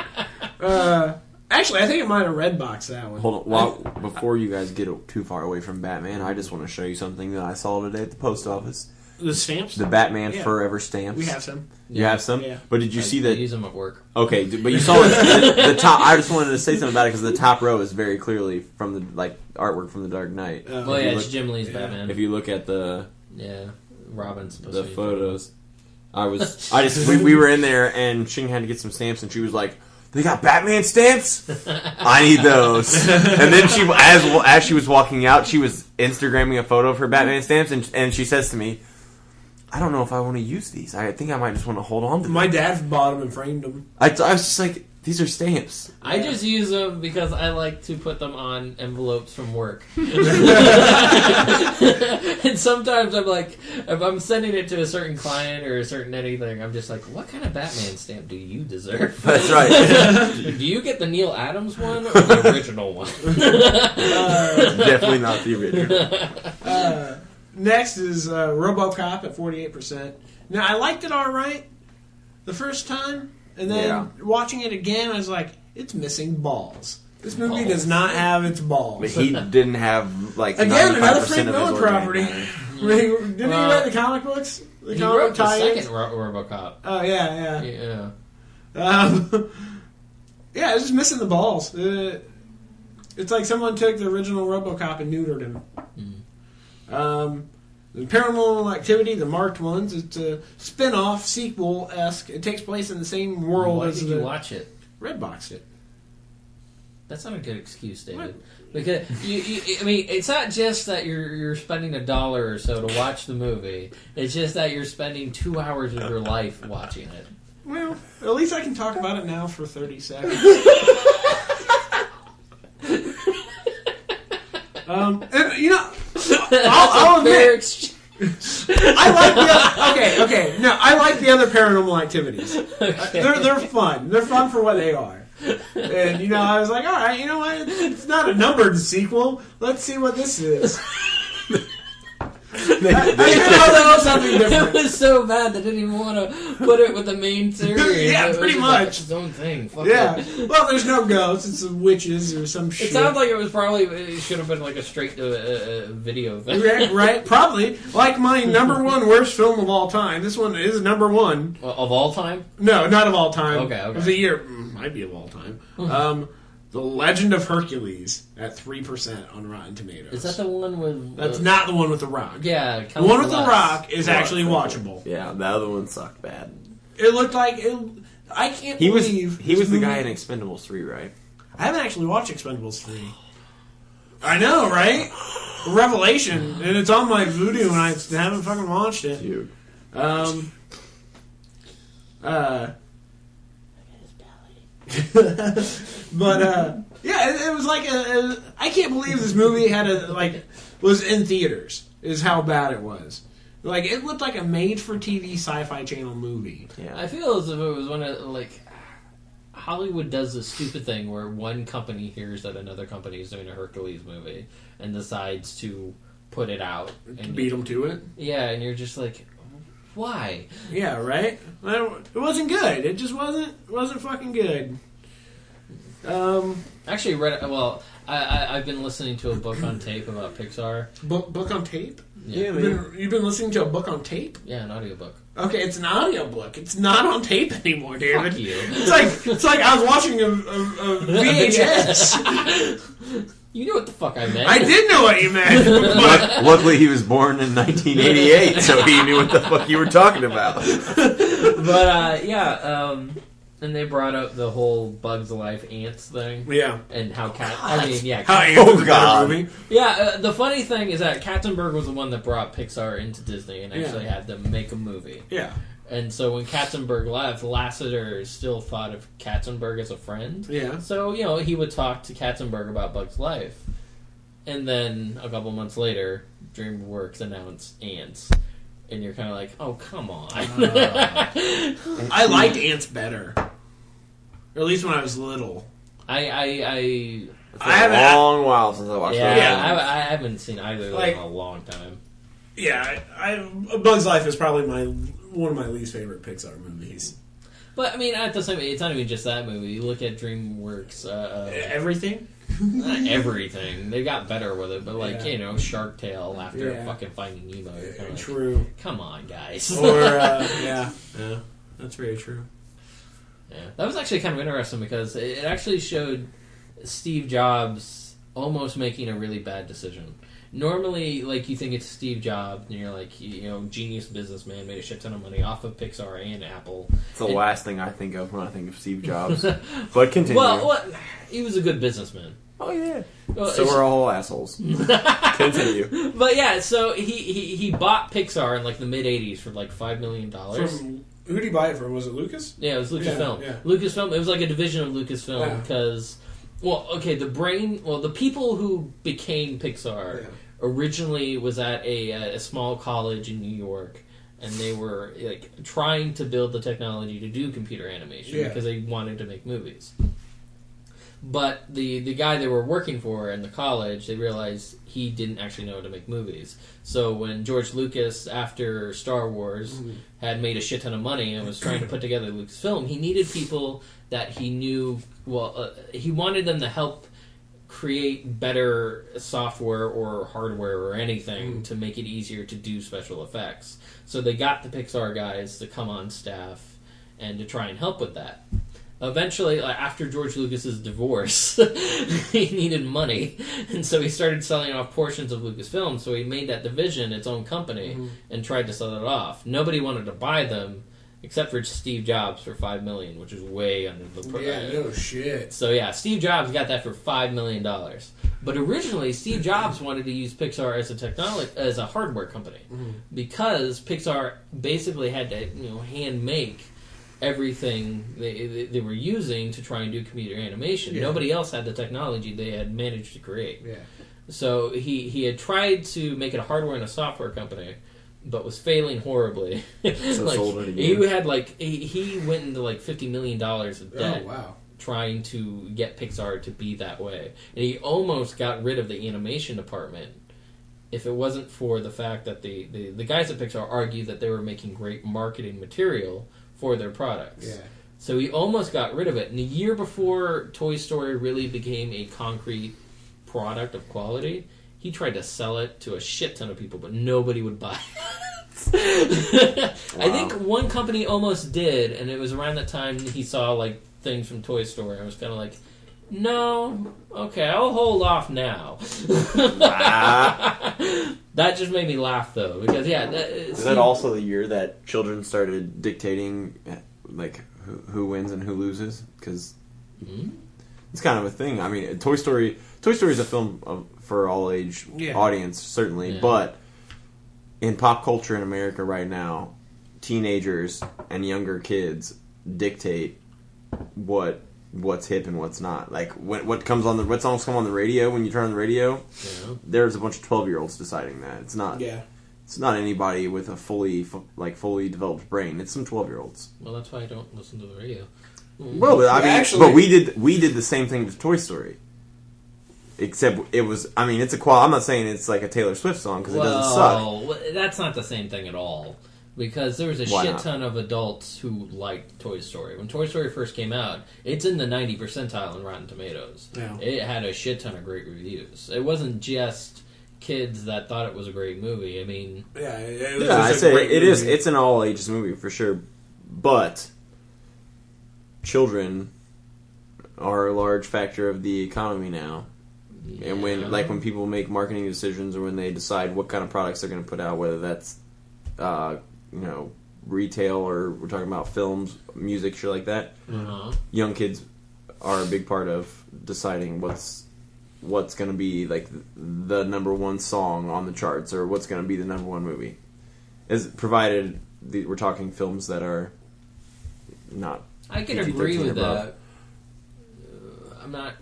S3: uh, actually, I think it might have red box that one.
S1: Hold on. While, before you guys get too far away from Batman, I just want to show you something that I saw today at the post office.
S3: The stamps.
S1: The Batman
S3: Yeah.
S1: Forever stamps.
S3: we have some.
S1: You have some?
S3: Yeah.
S1: But did you
S2: I-
S1: see
S2: I
S1: that?
S2: use them at work.
S1: Okay, d- but you saw the, the top. I just wanted to say something about it because the top row is very clearly from the like artwork from The Dark Knight.
S3: Uh,
S2: Well,
S1: If you
S2: Oh, yeah,
S1: look-
S2: it's Jim Lee's
S3: yeah.
S2: Batman.
S1: If you look at the
S2: yeah, Robin's supposed
S1: the
S2: to be.
S1: photos, I was I just we, we were in there and Shing had to get some stamps and she was like, "They got Batman stamps? I need those." And then she as as she was walking out, she was Instagramming a photo of her Batman stamps and and she says to me, "I don't know if I want to use these. I think I might just want to hold on to them."
S3: My dad bought them and framed them.
S1: I, I was just like, "These are stamps."
S2: I just use them because I like to put them on envelopes from work. and sometimes I'm like, if I'm sending it to a certain client or a certain anything, I'm just like, what kind of Batman stamp do you deserve?
S1: That's right.
S2: do you get the Neil Adams one or the original one?
S1: Definitely not the original.
S3: Uh, next is uh, RoboCop at forty-eight percent. Now I liked it all right the first time, and then
S1: Yeah.
S3: watching it again, I was like, it's missing balls. This movie
S2: Balls.
S3: does not have its
S1: But
S3: balls.
S1: he didn't have like
S3: Again, another
S1: 95%
S3: Frank
S1: of his
S3: Miller
S1: organ
S3: property.
S1: matter.
S3: Didn't he
S2: Well,
S3: write the comic books? The
S2: Uh, He
S3: comic
S2: wrote the
S3: tie-ins?
S2: second Ro- RoboCop.
S3: Oh yeah, yeah.
S2: Yeah.
S3: Um, yeah, it's just missing the balls. Uh, it's like someone took the original RoboCop and neutered him.
S2: Mm-hmm.
S3: Um, the Paranormal Activity, the marked ones. It's a spin-off sequel esque. It takes place in the same world
S2: Why
S3: as
S2: did
S3: the
S2: you watch it?
S3: Red Boxed it.
S2: That's not a good excuse, David.
S3: What?
S2: Because you, you, I mean, it's not just that you're you're spending a dollar or so to watch the movie. It's just that you're spending two hours of your life watching it.
S3: Well, at least I can talk about it now for thirty seconds. um, and, you know, I'll, I'll
S2: That's a fair
S3: admit,
S2: exchange.
S3: I like the other, okay, okay. No, I like the other paranormal activities. They're they're fun. They're fun for what they are. And you know, I was like, all right, you know what? It's not a numbered sequel. Let's see what this is.
S1: They-
S3: I, I
S1: they-
S3: didn't know that was nothing
S2: it
S3: different.
S2: was so bad they didn't even want to put it with the main series.
S3: Yeah,
S2: It was
S3: pretty
S2: just like,
S3: much.
S2: it's its own thing. Fuck
S3: Yeah.
S2: it.
S3: Well, there's no ghosts. It's some witches or some shit.
S2: It sounds like it was probably it should have been like a straight to uh, uh, video thing.
S3: right, right? Probably. Like my number one worst film of all time. This one is number one.
S2: Well, of all time.
S3: No, not of all time.
S2: Okay, Hmm. okay.
S3: Of the year. Mm, Might be of all time. Um, the Legend of Hercules at 3% on Rotten Tomatoes.
S2: Is that the one with?
S3: That's
S2: uh,
S3: not the one with The Rock.
S2: Yeah,
S3: The one with The
S2: Celeste.
S3: Rock is actually watchable.
S1: Yeah, the other one sucked bad.
S3: It looked like it. I can't
S1: He was
S3: believe
S1: he
S3: this
S1: was the
S3: movie-
S1: guy in Expendables three, right?
S3: I haven't actually watched Expendables 3. I know, right? Revelation. And it's on my voodoo and I haven't fucking watched it.
S1: Dude,
S3: Um. Uh. but uh, yeah, it, it was like a, a. I can't believe this movie had a like was in theaters. Is how bad it was. Like it looked like a made-for-TV sci-fi channel movie.
S1: yeah,
S2: I feel as if it was one of like Hollywood does this stupid thing where one company hears that another company is doing a Hercules movie and decides to put it out. And
S3: Beat them to it.
S2: yeah, and you're just like, why?
S3: Yeah, right. I don't- It wasn't good. It just wasn't wasn't fucking good. Um,
S2: Actually, read well. I, I, I've been listening to a book on tape about Pixar.
S3: book book on tape.
S2: Yeah,
S3: You've been, you've been listening to a book on tape.
S2: yeah, an audiobook.
S3: Okay, it's an audiobook. It's not on tape anymore, David.
S2: Fuck you.
S3: It's like it's like I was watching a, a, a VHS.
S2: You know what the fuck I meant.
S3: I did know what you meant. But
S1: Luck- Luckily, he was born in 1988, so he knew what the fuck you were talking about.
S2: but uh, yeah, um, and they brought up the whole Bugs Life ants thing
S3: yeah,
S2: and how cat. I mean, yeah,
S3: how
S1: Oh,
S3: oh
S1: God.
S3: god, movie.
S2: yeah. Uh, the funny thing is that Katzenberg was the one that brought Pixar into Disney and actually
S3: Yeah.
S2: had them make a movie.
S3: yeah,
S2: And so when Katzenberg left, Lasseter still thought of Katzenberg as a friend.
S3: yeah.
S2: So, you know, he would talk to Katzenberg about Bug's life. And then a couple months later, DreamWorks announced Ants. And you're kind of like, oh, come on.
S3: Uh. I liked ants better, or at least when I was little.
S2: I, I, I,
S1: It's
S3: I
S1: been
S3: haven't-
S1: a long while since I watched
S2: yeah,
S1: that.
S3: Yeah.
S2: I, I haven't seen either of them
S3: Like-
S2: in a long time.
S3: Yeah, I, I Bug's Life is probably my one of my least favorite Pixar movies.
S2: But, I mean, at the same it's not even just that movie. You look at DreamWorks, uh,
S3: Everything.
S2: uh, everything. They got better with it, but, like,
S3: Yeah.
S2: you know, Shark Tale after
S3: Yeah.
S2: fucking Finding Nemo. You're kind of like,
S3: True.
S2: come on, guys.
S3: Or uh, yeah, yeah, that's very true.
S2: Yeah, that was actually kind of interesting because it, it actually showed Steve Jobs almost making a really bad decision. Normally, like you think it's Steve Jobs, and you're like, you you know, genius businessman made a shit ton of money off of Pixar and Apple.
S1: It's the last thing I think of when I think of Steve Jobs. But continue.
S2: Well, what, he was a good businessman.
S1: oh yeah.
S2: Well,
S1: So
S2: it's-
S1: we're all assholes. continue.
S2: but yeah, so he, he he bought Pixar in like the mid '80s for like five million dollars.
S3: From who did he buy it from? Was it Lucas?
S2: Yeah, it was Lucasfilm.
S3: Yeah, yeah.
S2: Lucasfilm. It was like a division of Lucasfilm
S3: Yeah.
S2: because, well, okay, the brain. Well, the people who became Pixar
S3: Yeah.
S2: originally was at a, uh, a small college in New York, and they were like trying to build the technology to do computer animation
S3: Yeah.
S2: because they wanted to make movies. But the the guy they were working for in the college, they realized he didn't actually know how to make movies. So when George Lucas, after Star Wars, had made a shit ton of money and was trying to put together Lucasfilm, he needed people that he knew. Well, uh, he wanted them to help create better software or hardware or anything to make it easier to do special effects. So they got the Pixar guys to come on staff and to try and help with that. Eventually, like, after George Lucas's divorce, he needed money, and so he started selling off portions of Lucasfilm. So he made that division its own company and tried to sell it off. Nobody wanted to buy them except for Steve Jobs for five million, which is way under the pr- uh,
S3: shit.
S2: so yeah, Steve Jobs got that for five million dollars. But originally, Steve Jobs wanted to use Pixar as a technology as a hardware company because Pixar basically had to you know hand make everything they, they, they were using to try and do computer animation.
S3: Yeah.
S2: Nobody else had the technology they had managed to create.
S3: Yeah.
S2: So he he had tried to make it a hardware and a software company, but was failing horribly. like,
S1: sold it
S2: he
S1: again.
S2: had like he, he went into like fifty million dollars of debt
S3: Oh, wow.
S2: trying to get Pixar to be that way. And he almost got rid of the animation department if it wasn't for the fact that the, the, the guys at Pixar argued that they were making great marketing material for their products.
S3: Yeah.
S2: So he almost got rid of it. And the year before Toy Story really became a concrete product of quality, he tried to sell it to a shit ton of people, but nobody would buy it. I think one company almost did, and it was around that time he saw like things from Toy Story. I was kind of like, no, okay, I'll hold off now. that just made me laugh though, because yeah, that, uh,
S1: Is that also the year that children started dictating, like who, who wins and who loses? Because it's kind of a thing. I mean, Toy Story. Toy Story is a film of, for all age
S3: Yeah.
S1: audience, certainly,
S2: Yeah.
S1: but in pop culture in America right now, teenagers and younger kids dictate what what's hip and what's not. Like what what comes on the what songs come on the radio when you turn on the radio.
S2: you know,
S1: There's a bunch of twelve year olds deciding that. It's not
S3: Yeah.
S1: it's not anybody with a fully fu- like fully developed brain. It's some twelve year olds.
S2: well, that's why I don't listen to the radio.
S1: Well, but I
S3: Mm-hmm. Yeah,
S1: mean,
S3: actually-
S1: but we did we did the same thing with Toy Story. Except it was, I mean, it's a qual. I'm not saying it's like a Taylor Swift song because it doesn't suck.
S2: Well, w- that's not the same thing at all. Because there was a
S1: Why
S2: shit
S1: not?
S2: ton of adults who liked Toy Story. When Toy Story first came out, it's in the 90 percentile in Rotten Tomatoes.
S3: Yeah.
S2: It had a shit ton of great reviews. It wasn't just kids that thought it was a great movie. I mean,
S3: Yeah, it was
S1: Yeah, I
S3: just a
S1: say
S3: great
S1: it is.
S3: movie.
S1: It's an all ages movie for sure, but children are a large factor of the economy now. And
S2: yeah.
S1: when like when people make marketing decisions or when they decide what kind of products they're going to put out, whether that's uh, you know retail or we're talking about films, music, shit like that,
S2: Uh-huh.
S1: young kids are a big part of deciding what's what's going to be like the number one song on the charts or what's going to be the number one movie. Is provided the, we're talking films that are not
S2: I can
S1: PG-13
S2: agree with
S1: above.
S2: that. Uh, I'm not.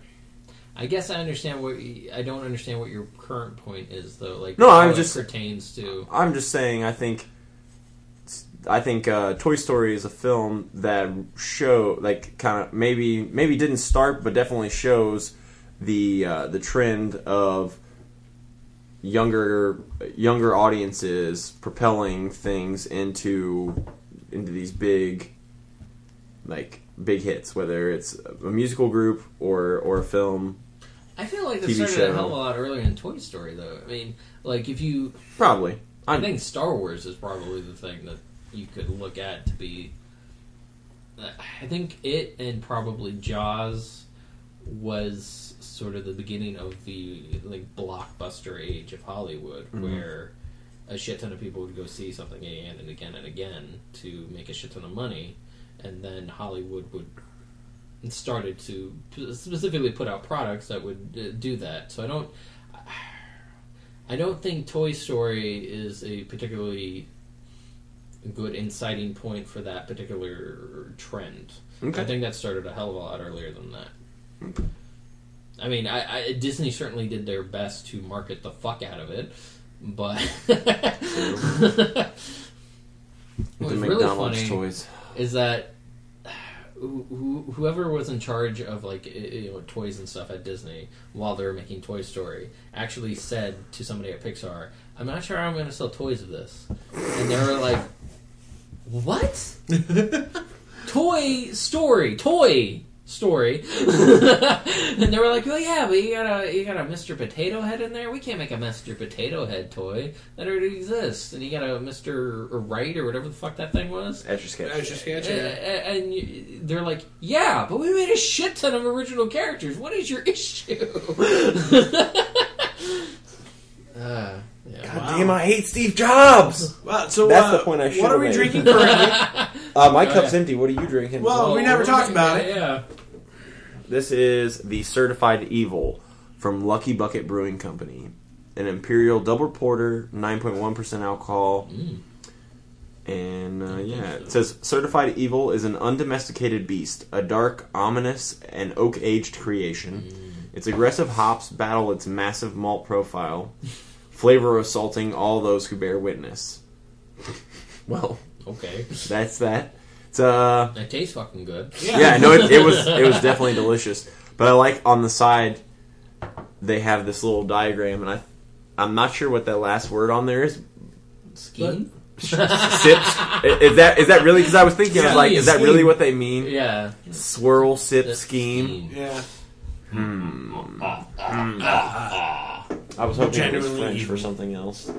S2: I guess I understand what y- I don't understand what your current point is though. Like
S1: No,
S2: how
S1: I'm
S2: it
S1: just-
S2: pertains to
S1: I'm just saying. I think, I think uh, Toy Story is a film that show like kind of maybe maybe didn't start, but definitely shows the uh, the trend of younger younger audiences propelling things into into these big like big hits, whether it's a musical group or or a film.
S2: I feel like this
S1: TV
S2: started
S1: show.
S2: a hell of a lot earlier in Toy Story, though. I mean, like if you,
S1: Probably,
S2: I
S1: I'm-
S2: think Star Wars is probably the thing that you could look at to be. I think it and probably Jaws was sort of the beginning of the like blockbuster age of Hollywood,
S1: Mm-hmm.
S2: where a shit ton of people would go see something again and again and again to make a shit ton of money, and then Hollywood would and started to p- specifically put out products that would uh, do that. So I don't, I don't think Toy Story is a particularly good inciting point for that particular trend. I
S1: Okay.
S2: think that started a hell of a lot earlier than that. I mean, I, I, Disney certainly did their best to market the fuck out of it, but
S1: the
S2: What's really
S1: McDonald's
S2: funny-
S1: toys.
S2: is that who- who- whoever was in charge of like i- you know toys and stuff at Disney while they were making Toy Story actually said to somebody at Pixar, "I'm not sure how I'm going to sell toys of this," and they were like, "What? toy Story, Toy Story?" and they were like, "Oh yeah, but you got a you got a Mr. Potato Head in there. We can't make a Mr. Potato Head toy that already exists." And you got a Mr. Wright or whatever the fuck that thing was.
S1: Etch a sketch.
S3: I was just
S2: A-
S3: catching it.
S2: a- and you, they're like, yeah, but we made a shit ton of original characters. What is your issue? uh, yeah.
S1: God
S3: Wow.
S1: damn, I hate Steve Jobs.
S3: Wow, so
S1: That's
S3: uh,
S1: the point I
S3: What
S1: should've
S3: are we
S1: made.
S3: drinking currently?
S1: Uh, my
S2: Oh,
S1: cup's
S2: yeah.
S1: empty. What are you drinking?
S3: Well- we never talked about it.
S2: Oh, Yeah.
S1: this is the Certified Evil from Lucky Bucket Brewing Company, an imperial double porter, nine point one percent alcohol. And uh, yeah, it says Certified Evil is an undomesticated beast, a dark, ominous, and oak aged creation. Its aggressive hops battle its massive malt profile, flavor assaulting all those who bear witness. well,
S2: Okay.
S1: that's that. It's uh,
S2: That tastes fucking good.
S1: yeah, no, it, it was it was definitely delicious. But I like on the side they have this little diagram, and I I'm not sure what that last word on there is.
S2: Skiing?
S1: Sips? I- Is that is that really? Because I was thinking, I was like, is that really what they mean?
S2: yeah.
S1: Swirl, sip, Hmm.
S2: That's
S1: scheme.
S3: Yeah.
S1: I was hoping it was
S3: Genuinely
S1: French for
S3: evil.
S1: something else.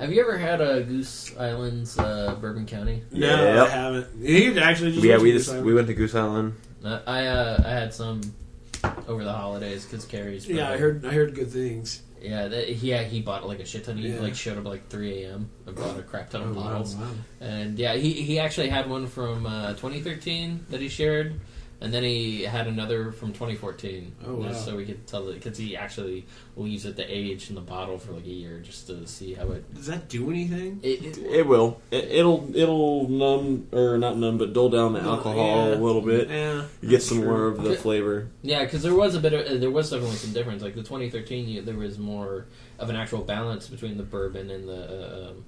S2: Have you ever had a Goose Island's uh, Bourbon County?
S3: No,
S1: Yep.
S3: I haven't. You could actually just
S1: yeah,
S3: went
S1: we
S3: to
S1: just
S3: Goose
S1: we went to Goose Island.
S2: Uh, I uh, I had some over the holidays because Carrie's.
S3: Island. Yeah, I
S2: brother-
S3: heard. I heard good things.
S2: Yeah, that, he yeah, he bought like a shit ton. He
S3: Yeah.
S2: like showed up at, like 3 a.m. and bought a crap ton of
S3: Oh, wow,
S2: bottles.
S3: wow.
S2: And yeah, he he actually had one from uh, 2013 that he shared, and then he had another from 2014.
S3: Oh, wow.
S2: Just So we could tell it because he actually leaves it the age in the bottle for like a year just to see how it.
S3: Does that do anything?
S2: It, it
S1: It will. It, it'll it'll numb or not numb, but dull down the
S3: Well,
S1: alcohol
S3: yeah.
S1: a little bit.
S3: Yeah.
S1: You get some
S3: Sure.
S1: more of the
S2: Okay.
S1: flavor.
S2: yeah, because there was a bit of uh, there was definitely some difference. Like the 2013, you, there was more of an actual balance between the bourbon and the uh, um,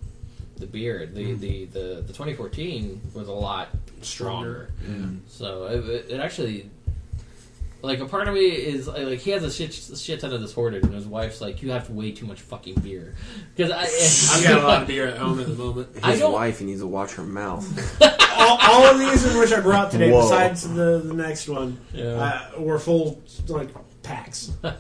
S2: the beer. The,
S3: Hmm.
S2: the the the 2014 was a lot stronger. So it, it- it actually, like, a part of me is like he has a shit shit ton of this hoarded, and his wife's like, "You have way too much fucking beer," because I
S3: I've got a lot of beer at home at the moment.
S2: I don't-
S1: wife, he needs to watch her mouth.
S3: all, all of these in which I brought today,
S1: Whoa.
S3: besides the, the next one,
S2: Yeah.
S3: uh, were full like packs.
S2: I,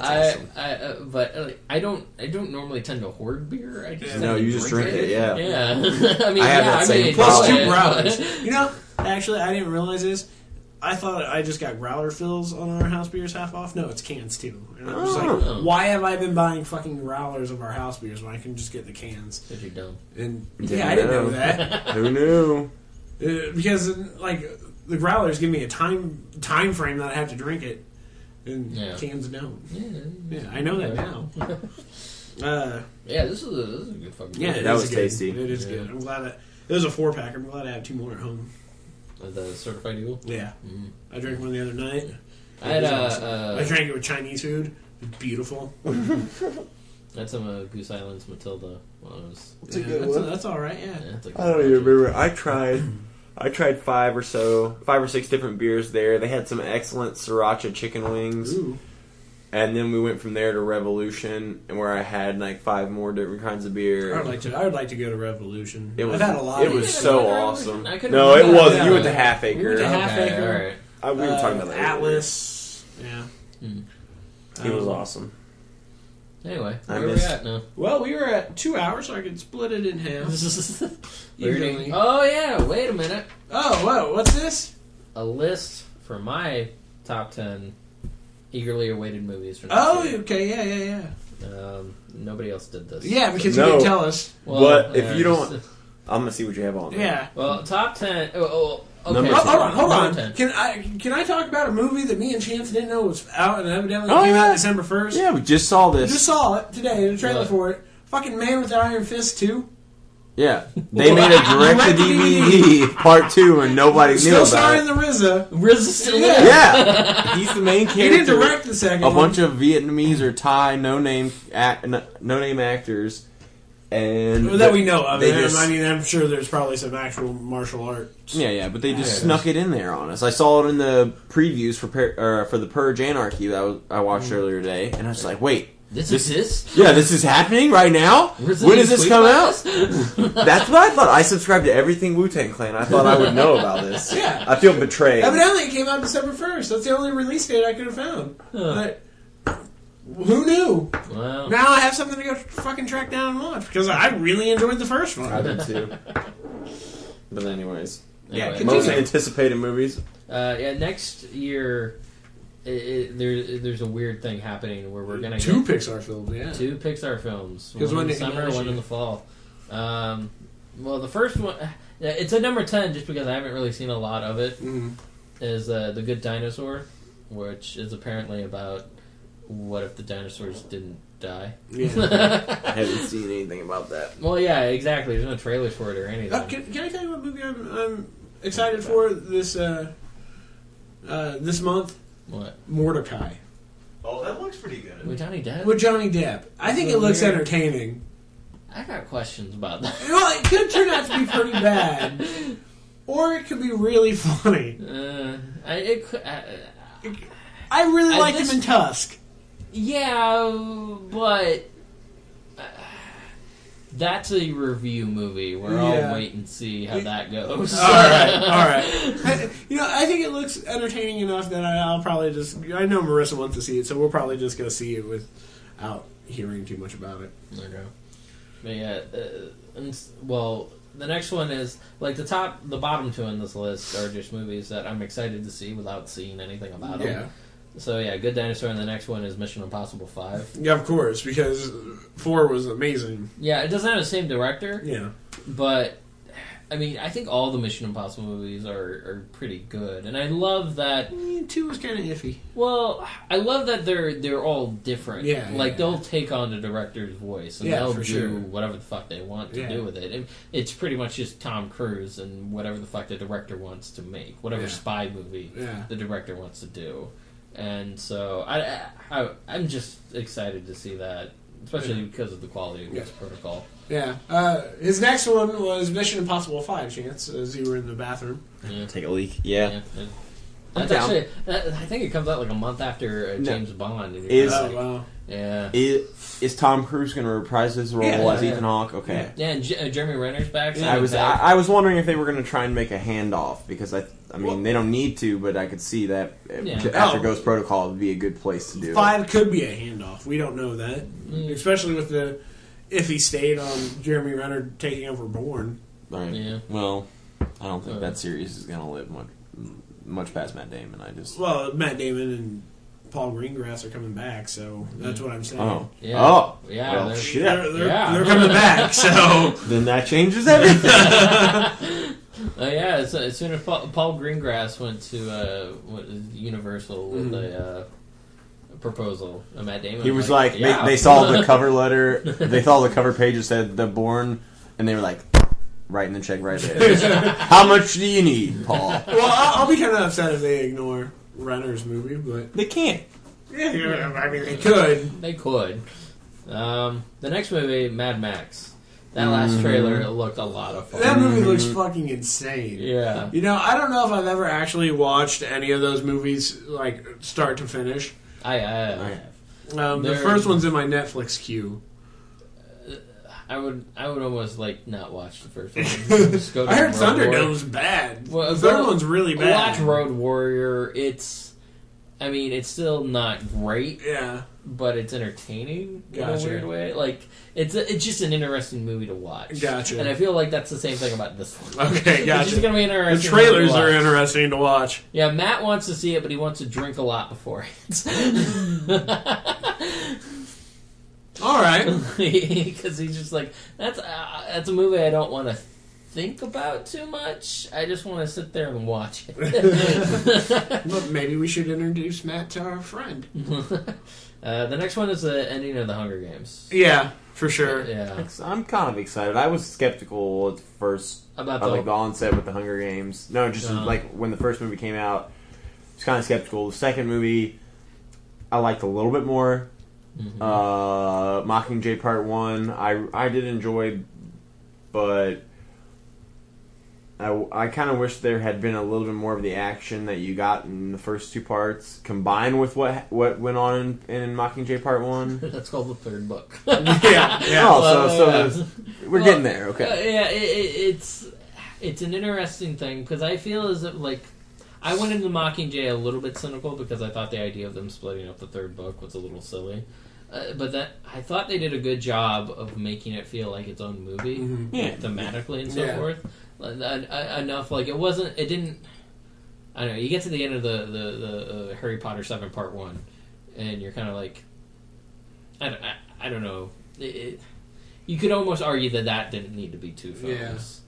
S1: awesome.
S2: I, uh, but uh, like, I don't, I don't normally tend to hoard beer. I just
S3: Yeah.
S2: tend
S1: No,
S2: to
S1: you just drink it, yeah.
S2: yeah. I mean,
S1: I have
S2: yeah,
S1: that
S2: I
S1: same
S2: mean,
S3: Plus
S1: Oh,
S3: two
S1: yeah.
S3: growlers. you know, actually, I didn't realize this. I thought I just got growler fills on our house beers half off. No, it's cans too. And I was
S1: Oh.
S3: like, why have I been buying fucking growlers of our house beers when I can just get the cans?
S2: Because you're dumb.
S3: And
S1: Didn't
S3: yeah, I didn't
S1: know.
S3: know that
S1: Who knew?
S3: Uh, because like the growlers give me a time time frame that I have to drink it, and
S2: Yeah.
S3: cans don't.
S2: Yeah,
S3: Yeah, I know that now. Uh,
S2: yeah, this is a, this is a good fucking.
S3: yeah,
S2: beer.
S3: it
S1: That
S3: is
S1: was
S3: good.
S1: tasty.
S3: It is
S2: Yeah.
S3: good. I'm glad that it was a four pack. I'm glad I have two more at home.
S2: the certified eagle.
S3: Yeah,
S2: Mm.
S3: I drank one the other night.
S2: I had,
S3: It was
S2: uh,
S3: awesome.
S2: uh,
S3: I drank it with Chinese food. It was beautiful.
S2: I had some uh, Goose Island's Matilda. When I was,
S1: It's a
S3: Yeah,
S1: good
S3: that's,
S1: one.
S3: that's all right. Yeah.
S2: yeah, it's like-
S1: I don't even remember. I tried. I tried five or so, five or six different beers there. They had some excellent sriracha chicken wings,
S3: Ooh.
S1: and then we went from there to Revolution, and where I had like five more different kinds of beer.
S3: I would like to. I would like to go to Revolution.
S1: It was,
S3: I've had a lot.
S1: It
S3: of
S1: was
S3: these.
S1: so
S2: I
S1: awesome.
S2: couldn't
S1: No, it
S2: remember.
S1: wasn't.
S3: Yeah.
S1: You went to Half Acre.
S3: We went to Half
S2: Okay,
S3: Acre.
S2: alright.
S1: I, we were
S3: Uh,
S1: talking about that.
S3: Atlas. Yeah.
S2: Hmm.
S1: It was
S3: Um,
S1: awesome.
S2: Anyway,
S1: I
S2: where are we
S1: missed-
S2: at now?
S3: Well, we were at two hours, so I could split it in half. evenly.
S2: Weirding. Oh yeah, wait a minute.
S3: Oh, whoa! What's this?
S2: A list for my top ten eagerly awaited movies for next
S3: Oh,
S2: year.
S3: okay. Yeah, yeah, yeah.
S2: Um, nobody else did this.
S3: Yeah, because
S1: No.
S3: you didn't tell us.
S1: But if you
S2: just-
S1: I'm gonna see what you have on. there.
S3: Yeah.
S2: well, top ten. Oh, oh okay.
S1: Number
S3: Oh, hold on, hold on.
S2: Number 10.
S3: Can I can I talk about a movie that me and Chance didn't know was out and evidently
S1: Oh,
S3: came
S1: yeah.
S3: out December first?
S1: Yeah, we just saw this.
S3: Just saw it today in a trailer
S2: What?
S3: for it. Fucking Man with the Iron Fist two.
S1: yeah, they made a direct to DVD part two, and nobody knew
S3: Still
S1: about
S3: starring
S1: it.
S3: the RZA.
S2: Resistant.
S3: Yeah.
S2: Living.
S1: yeah, he's the main character.
S3: He didn't direct the second
S1: a
S3: one.
S1: bunch of Vietnamese or Thai no name act, no name actors, and
S3: Well, that we know of.
S1: They
S3: And
S1: just-
S3: I mean, I'm sure there's probably some actual martial arts.
S1: Yeah, yeah, but they just
S2: Yeah.
S1: snuck it in there on us. I saw it in the previews for per, uh, for the Purge Anarchy that I, was, I watched
S3: Mm.
S1: earlier today, and I was like, wait,
S2: This
S1: This-
S2: exists.
S1: yeah, this is happening right now.
S2: Resistance
S1: when does this
S2: Week
S1: come
S2: like
S1: out?
S2: this?
S1: That's what I thought. I subscribed to everything Wu Tang Clan. I thought I would know about this.
S3: Yeah.
S1: I feel betrayed.
S3: Evidently, it came out December first. That's the only release date I could have found. But who knew?
S2: Wow.
S3: Now I have something to go fucking track down and watch because I really enjoyed the first one.
S1: I did too. But anyways,
S3: Yeah,
S2: Anyway.
S3: continue.
S1: most anticipated movies.
S2: Uh, yeah, next year, i i there, there's a weird thing happening where we're gonna
S3: Two
S2: get
S3: Pixar films, yeah.
S2: two Pixar films,
S3: 'Cause when
S2: one in the
S3: did it come
S2: summer,
S3: out this
S2: one in
S3: year?
S2: the fall. Um, well, the first one, yeah, it's a number ten just because I haven't really seen a lot of it.
S3: Mhm.
S2: Is uh, the Good Dinosaur, which is apparently about what if the dinosaurs didn't die?
S3: Yeah.
S1: I haven't seen anything about that.
S2: well, yeah, exactly. There's no trailers for it or anything.
S3: Uh, can, can I tell you what movie I'm, I'm excited for this uh, uh, this month?
S2: What?
S3: Mordecai
S4: Oh, that looks pretty good.
S2: With Johnny Depp?
S3: with Johnny Depp. I think
S2: So
S3: it looks
S2: weird.
S3: entertaining.
S2: I got questions about that.
S3: Well, it could turn out to be pretty bad, or it could be really funny.
S2: Uh, I, it, cou- I,
S3: I really
S2: I
S3: liked
S2: just-
S3: him in Tusk.
S2: Yeah, but uh, that's a review movie where
S3: Yeah.
S2: I'll wait and see how that goes.
S3: All right, all right. I, you know, I think it looks entertaining enough that I, I'll probably just. I know Marissa wants to see it, so we'll probably just go see it without hearing too much about it.
S2: Okay. But yeah, uh, and, s- well, the next one is like the top, the bottom two on this list are just movies that I'm excited to see without seeing anything about them.
S3: Yeah,
S2: So yeah, Good Dinosaur, and the next one is Mission Impossible Five.
S3: yeah, of course, because four was amazing.
S2: Yeah, it doesn't have the same director,
S3: Yeah,
S2: but I mean, I think all the Mission Impossible movies are are pretty good, and I love that
S3: Eh, two was kind of iffy.
S2: Well, I love that they're they're all different.
S3: Yeah, yeah,
S2: like
S3: yeah.
S2: they'll take on the director's voice and
S3: Yeah,
S2: they'll
S3: for
S2: do
S3: sure.
S2: whatever the fuck they want to
S3: Yeah.
S2: do with it. And it's pretty much just Tom Cruise and whatever the fuck the director wants to make, whatever
S3: Yeah.
S2: spy movie
S3: Yeah.
S2: the director wants to do. And so I, I, I I'm just excited to see that, especially because of the quality of this protocol.
S3: Yeah. Uh, his next one was Mission Impossible Five. Chance as you were in the bathroom.
S2: Yeah.
S1: Take a leak. Yeah.
S2: yeah.
S1: I'm
S2: That's
S1: down.
S2: actually, that, I think it comes out like a month after uh,
S1: No.
S2: James Bond. and you're
S1: Is-
S2: like,
S3: oh wow.
S2: yeah.
S1: Is, is Tom Cruise going to reprise his role
S3: Yeah,
S1: as
S2: yeah.
S1: Ethan Hawke? Okay.
S2: Yeah, and J- uh, Jeremy Renner's back. so
S1: I was I,
S2: back.
S1: I was wondering if they were going to try and make a handoff because I I mean they don't need to, but I could see that uh,
S2: Yeah.
S1: to- after
S3: Oh.
S1: Ghost Protocol would be a good place to do. it.
S3: Five could be a handoff. We don't know that, especially with the if he stayed on Jeremy Renner taking over Bourne.
S1: Right.
S2: Yeah.
S1: Well, I don't think
S2: Uh.
S1: that series is going to live much much past Matt Damon. I just
S3: Well, Matt Damon and Paul Greengrass are coming back, so that's what I'm saying.
S1: oh
S2: Yeah.
S1: oh
S2: Yeah,
S1: well
S2: they're-
S1: shit.
S3: They're, they're,
S2: Yeah.
S3: they're coming back, so
S1: then that changes everything.
S2: Uh, yeah, as, as soon as Paul, Paul Greengrass went to uh, what, Universal with a uh, proposal, uh, Matt Damon.
S1: Mm-hmm. he was like
S2: yeah.
S1: they, they saw the cover letter, they saw the cover page that said the Born, and they were like writing the check right there. How much do you need, Paul?
S3: well, I'll, I'll be kind of upset if they ignore Renner's movie, but
S1: They can't.
S3: yeah, I mean they could.
S2: they could. Um, the next movie, Mad Max. That
S1: Mm-hmm.
S2: last trailer looked a lot of fun.
S3: That movie looks fucking insane.
S2: Mm-hmm. yeah,
S3: You know, I don't know if I've ever actually watched any of those movies like start to finish.
S2: I, I, I,
S1: Right.
S3: Um, the
S2: They're-
S3: first one's in my Netflix queue.
S2: I would, I would almost like not watch the first one. Just go to
S3: I heard
S2: World War.
S3: Thunderdome's bad.
S2: Well,
S3: the third
S2: go-
S3: one's really
S2: Watch
S3: bad.
S2: Road Warrior. It's, I mean, it's still not great.
S3: Yeah,
S2: but it's entertaining in
S3: Gotcha.
S2: a weird way. Like it's it's just an interesting movie to watch.
S3: Gotcha.
S2: And I feel like that's the same thing about this one.
S3: Okay,
S2: It's
S3: gotcha.
S2: just gonna be an
S3: the
S2: interesting.
S3: trailers
S2: movie to
S3: are
S2: watch.
S3: interesting to watch.
S2: Yeah, Matt wants to see it, but he wants to drink a lot before it.
S3: All right.
S2: Because he's just like that's uh, that's a movie I don't want to think about too much. I just want to sit there and watch it.
S3: Look, maybe we should introduce Matt to our friend.
S2: uh, the next one is the ending of the Hunger Games.
S3: Yeah, for sure.
S2: Yeah,
S1: I'm kind of excited. I was skeptical at first
S2: about
S1: I
S2: the
S1: like the onset with the Hunger Games. No, just
S2: Uh-huh.
S1: like when the first movie came out, I was kind of skeptical. The second movie, I liked a little bit more.
S2: Mhm.
S1: Uh, Mockingjay Part One, I I did enjoy, but I, I kind of wish there had been a little bit more of the action that you got in the first two parts, combined with what what went on in, in Mockingjay Part One.
S2: That's called the third book.
S3: Yeah, yeah.
S1: Oh, so
S2: Well,
S1: so
S2: yeah.
S1: there's- we're
S2: Well,
S1: getting there.
S2: Uh,
S1: Okay.
S2: yeah, it, it, it's it's an interesting thing because I feel as if like I went into Mockingjay a little bit cynical because I thought the idea of them splitting up the third book was a little silly. Uh, but that I thought they did a good job of making it feel like its own movie,
S1: Yeah.
S2: thematically and so
S3: Yeah.
S2: forth. Like, I- I- enough like it wasn't. It didn't. I don't know. You get to the end of the the, the uh, Harry Potter seven part one, and you're kind of like, I don't, I, I don't know. It, it, you could almost argue that that didn't need to be two films.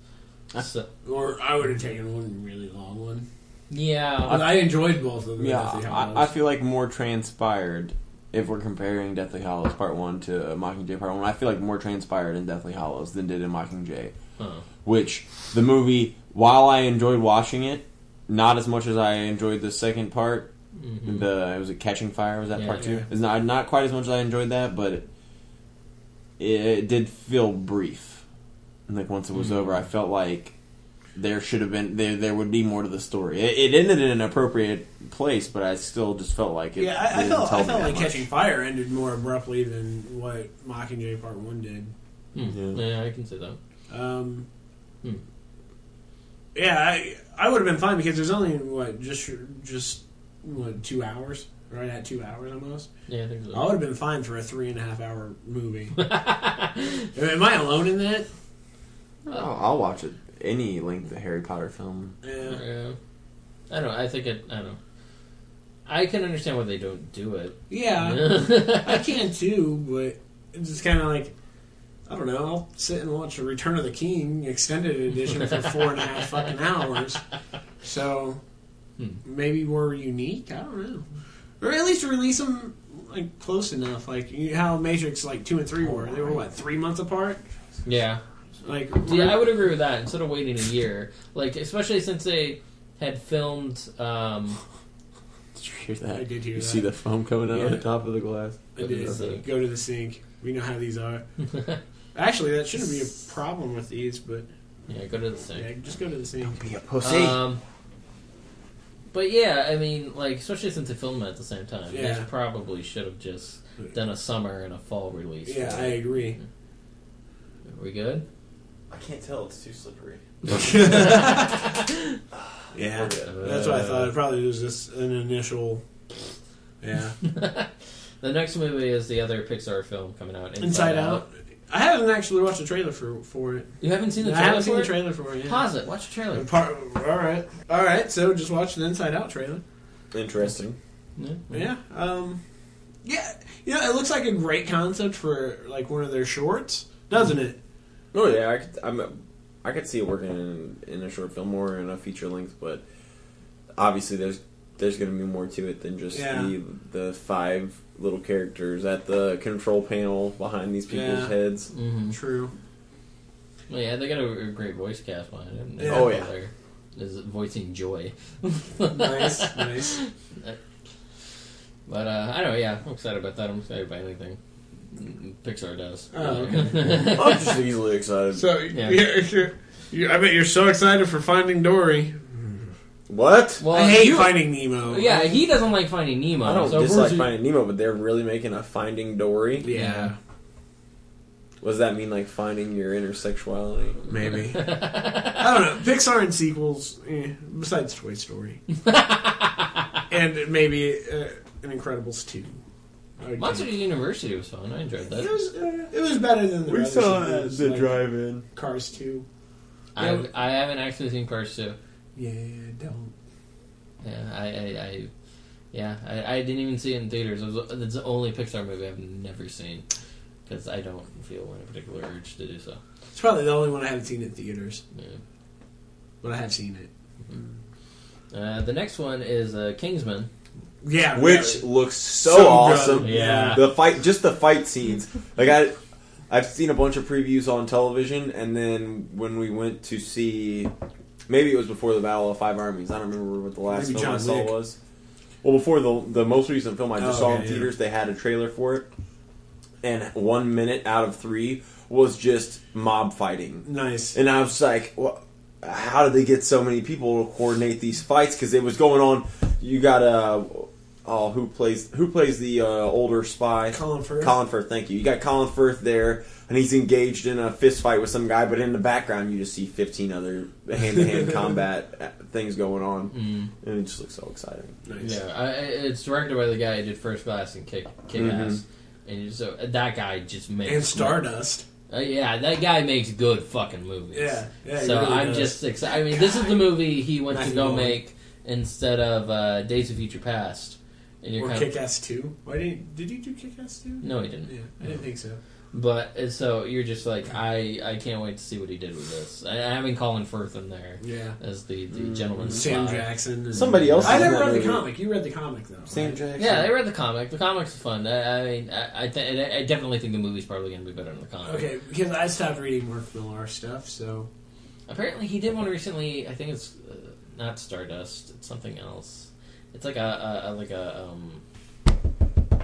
S2: Yeah. So,
S3: Or I would have taken one really long one.
S2: yeah.
S3: But I enjoyed both of them.
S1: Yeah,
S3: Deathly Hallows.
S1: I, I feel like more transpired if we're comparing Deathly Hollows Part One to uh, Mockingjay Part One. I feel like more transpired in Deathly Hollows than did in Mockingjay.
S2: Huh.
S1: Which the movie, while I enjoyed watching it, not as much as I enjoyed the second part.
S2: Mhm.
S1: The was it Catching Fire? Was that
S2: Yeah,
S1: part two?
S3: yeah.
S1: It's not not quite as much as I enjoyed that, but it,
S3: Hmm.
S1: it, did feel brief. And, Like once it was over, I felt like there should have been there. There would be more to the story. It, it ended in an appropriate place, but I still just felt like it.
S3: Yeah, I, I
S1: didn't
S3: felt
S1: tell
S3: I
S1: me
S3: felt
S1: that
S3: like
S1: much.
S3: Catching Fire ended more abruptly than what Mockingjay Part One did.
S2: Hmm. Yeah. I can see that.
S3: Um,
S2: Hmm.
S3: Yeah, I I would have been fine because there's only what just just what two hours, right at two hours almost.
S2: Yeah, I think
S3: I
S2: so.
S3: would have been fine for a three and a half hour movie. Am I alone in that?
S5: I'll, Oh, I'll watch it any length of Harry Potter film.
S3: Yeah.
S2: yeah. I don't. know, I think it. I don't. know. I can understand why they don't do it.
S3: Yeah, I can too, but it's just kind of like I don't know. I'll sit and watch a Return of the King extended edition for four and a half fucking hours. So
S2: Hmm.
S3: maybe we're unique. I don't know, or at least release them like close enough. Like you, how Matrix like two and three were. They were what three months apart.
S2: yeah.
S3: Like
S2: Yeah, I would agree with that. Instead of waiting a year, like especially since they had filmed. Um,
S1: Did you hear that?
S3: I did hear
S1: You
S3: that.
S1: see the foam coming out of
S3: Yeah.
S1: the top of the glass.
S3: It is.
S2: Okay.
S3: Go to the sink. We know how these are. Actually, that shouldn't be a problem with these, but
S2: yeah, go to the
S3: yeah,
S2: sink.
S3: just go to the sink.
S5: Be a pussy.
S3: Uh,
S2: Um, but yeah, I mean, like especially since they filmed it at the same time,
S3: Yeah.
S2: they probably should have just done a summer and a fall release.
S3: Yeah, I agree.
S2: Are we good?
S6: I can't tell. It's too slippery.
S3: Yeah, that's what I thought. It probably was just an initial. Yeah,
S2: Uh, The next movie is the other Pixar film coming out, Inside,
S3: Inside Out. I haven't actually watched a trailer for for it.
S2: You haven't seen the
S3: I
S2: trailer.
S3: haven't seen
S2: for
S3: the
S2: it?
S3: trailer for it. Yeah.
S2: Pause it. Watch the trailer.
S3: Part, all right, all right. So just watch the Inside Out trailer.
S5: Interesting.
S2: Yeah.
S3: Yeah. Um, yeah. You know, it looks like a great concept for like one of their shorts, doesn't it?
S5: Oh yeah, I could, I'm, I could see it working in, in a short film or in a feature length, but obviously there's there's going to be more to it than just
S3: Yeah.
S5: the the five little characters at the control panel behind these people's
S3: Yeah.
S5: heads.
S2: Mhm.
S3: True.
S2: Well, yeah, they got a, a great voice cast behind it.
S3: Yeah.
S5: Oh, yeah.
S2: There Is voicing Joy.
S3: Nice. nice.
S2: But uh, I don't know, yeah, I'm excited about that. I'm excited about anything Pixar does.
S3: Oh,
S5: I'm just easily excited.
S3: So
S2: Yeah.
S3: you're, you're, you I bet you're so excited for Finding Dory.
S5: what?
S2: well,
S3: I hate
S2: you-
S3: Finding Nemo.
S2: Yeah, he doesn't like Finding Nemo.
S5: I don't
S2: so of
S5: dislike
S2: course you-
S5: Finding Nemo, but they're really making a Finding Dory.
S3: Yeah,
S5: What does that mean? Like finding your inner sexuality?
S3: maybe. I don't know. Pixar and sequels, eh, besides Toy Story, and maybe uh, an Incredibles two. I would
S2: Monsters
S3: give
S2: University was fun. I enjoyed
S3: it. It
S2: that.
S3: was uh, it was better than the other sequels, like
S5: drive-in.
S3: Cars two.
S2: I, I haven't actually seen Cars 2.
S3: Yeah, don't.
S2: Yeah, I, I, I yeah, I, I didn't even see it in theaters. It was, it's the only Pixar movie I've never seen because I don't feel any particular urge to do so.
S3: It's probably the only one I haven't seen in theaters,
S2: Yeah.
S3: but I have seen it.
S2: Uh, the next one is uh, Kingsman.
S3: Yeah,
S5: which looks so,
S3: So
S5: awesome.
S3: good.
S2: Yeah.
S5: the fight, just the fight scenes. Like I, I've seen a bunch of previews on television, and then when we went to see, maybe it was before the Battle of Five Armies. I don't remember what the last
S3: Maybe
S5: film I
S3: John
S5: saw
S3: Wick.
S5: was. Well, before the the most recent film I just
S3: Oh,
S5: saw
S3: okay,
S5: in
S3: yeah.
S5: theaters, they had a trailer for it, and one minute out of three was just mob fighting.
S3: nice.
S5: And I was like, well, how did they get so many people to coordinate these fights? Because it was going on. You got uh, oh, who plays who plays the uh, older spy?
S3: Colin Firth.
S5: Colin Firth. Thank you. You got Colin Firth there, and he's engaged in a fist fight with some guy. But in the background, you just see fifteen other hand to hand combat uh, things going on,
S2: Mm.
S5: and it just looks so exciting.
S3: Nice.
S2: Yeah, I, I- it's directed by the guy who did First Class and Kick Kick
S5: Mhm.
S2: Ass, and you- so that guy just makes
S3: Mm-hmm. And Stardust.
S2: Uh, yeah, that guy makes good fucking movies.
S3: Yeah, yeah. he
S2: so
S3: really
S2: I'm
S3: does.
S2: just excited. I mean, this is the movie he went to
S3: Matthew
S2: go
S3: Vaughn.
S2: make instead of uh, Days of Future Past, and you're
S3: or
S2: kind
S3: Kick Ass Two. Why didn't did you do Kick Ass Two?
S2: of no, he didn't.
S3: Yeah, I didn't think so.
S2: But uh, so you're just like I, I can't wait to see what he did with this. I, having Colin Firth in there
S3: Yeah.
S2: as the the gentleman
S3: Mm. Sam
S2: spy.
S3: Jackson. And
S5: Somebody else
S3: I
S5: is in
S3: never
S5: that
S3: read
S5: movie.
S3: the comic. You read the comic though.
S5: Sam
S3: right?
S5: Jackson.
S2: Yeah, I read the comic. The comic's fun. I, I mean, I I, th- I definitely think the movie's probably going to be better than the comic.
S3: Okay, because I stopped reading Mark Millar stuff, so
S2: Apparently, he did one recently. I think it's uh, not Stardust. It's something else. It's like a, a, a like a um,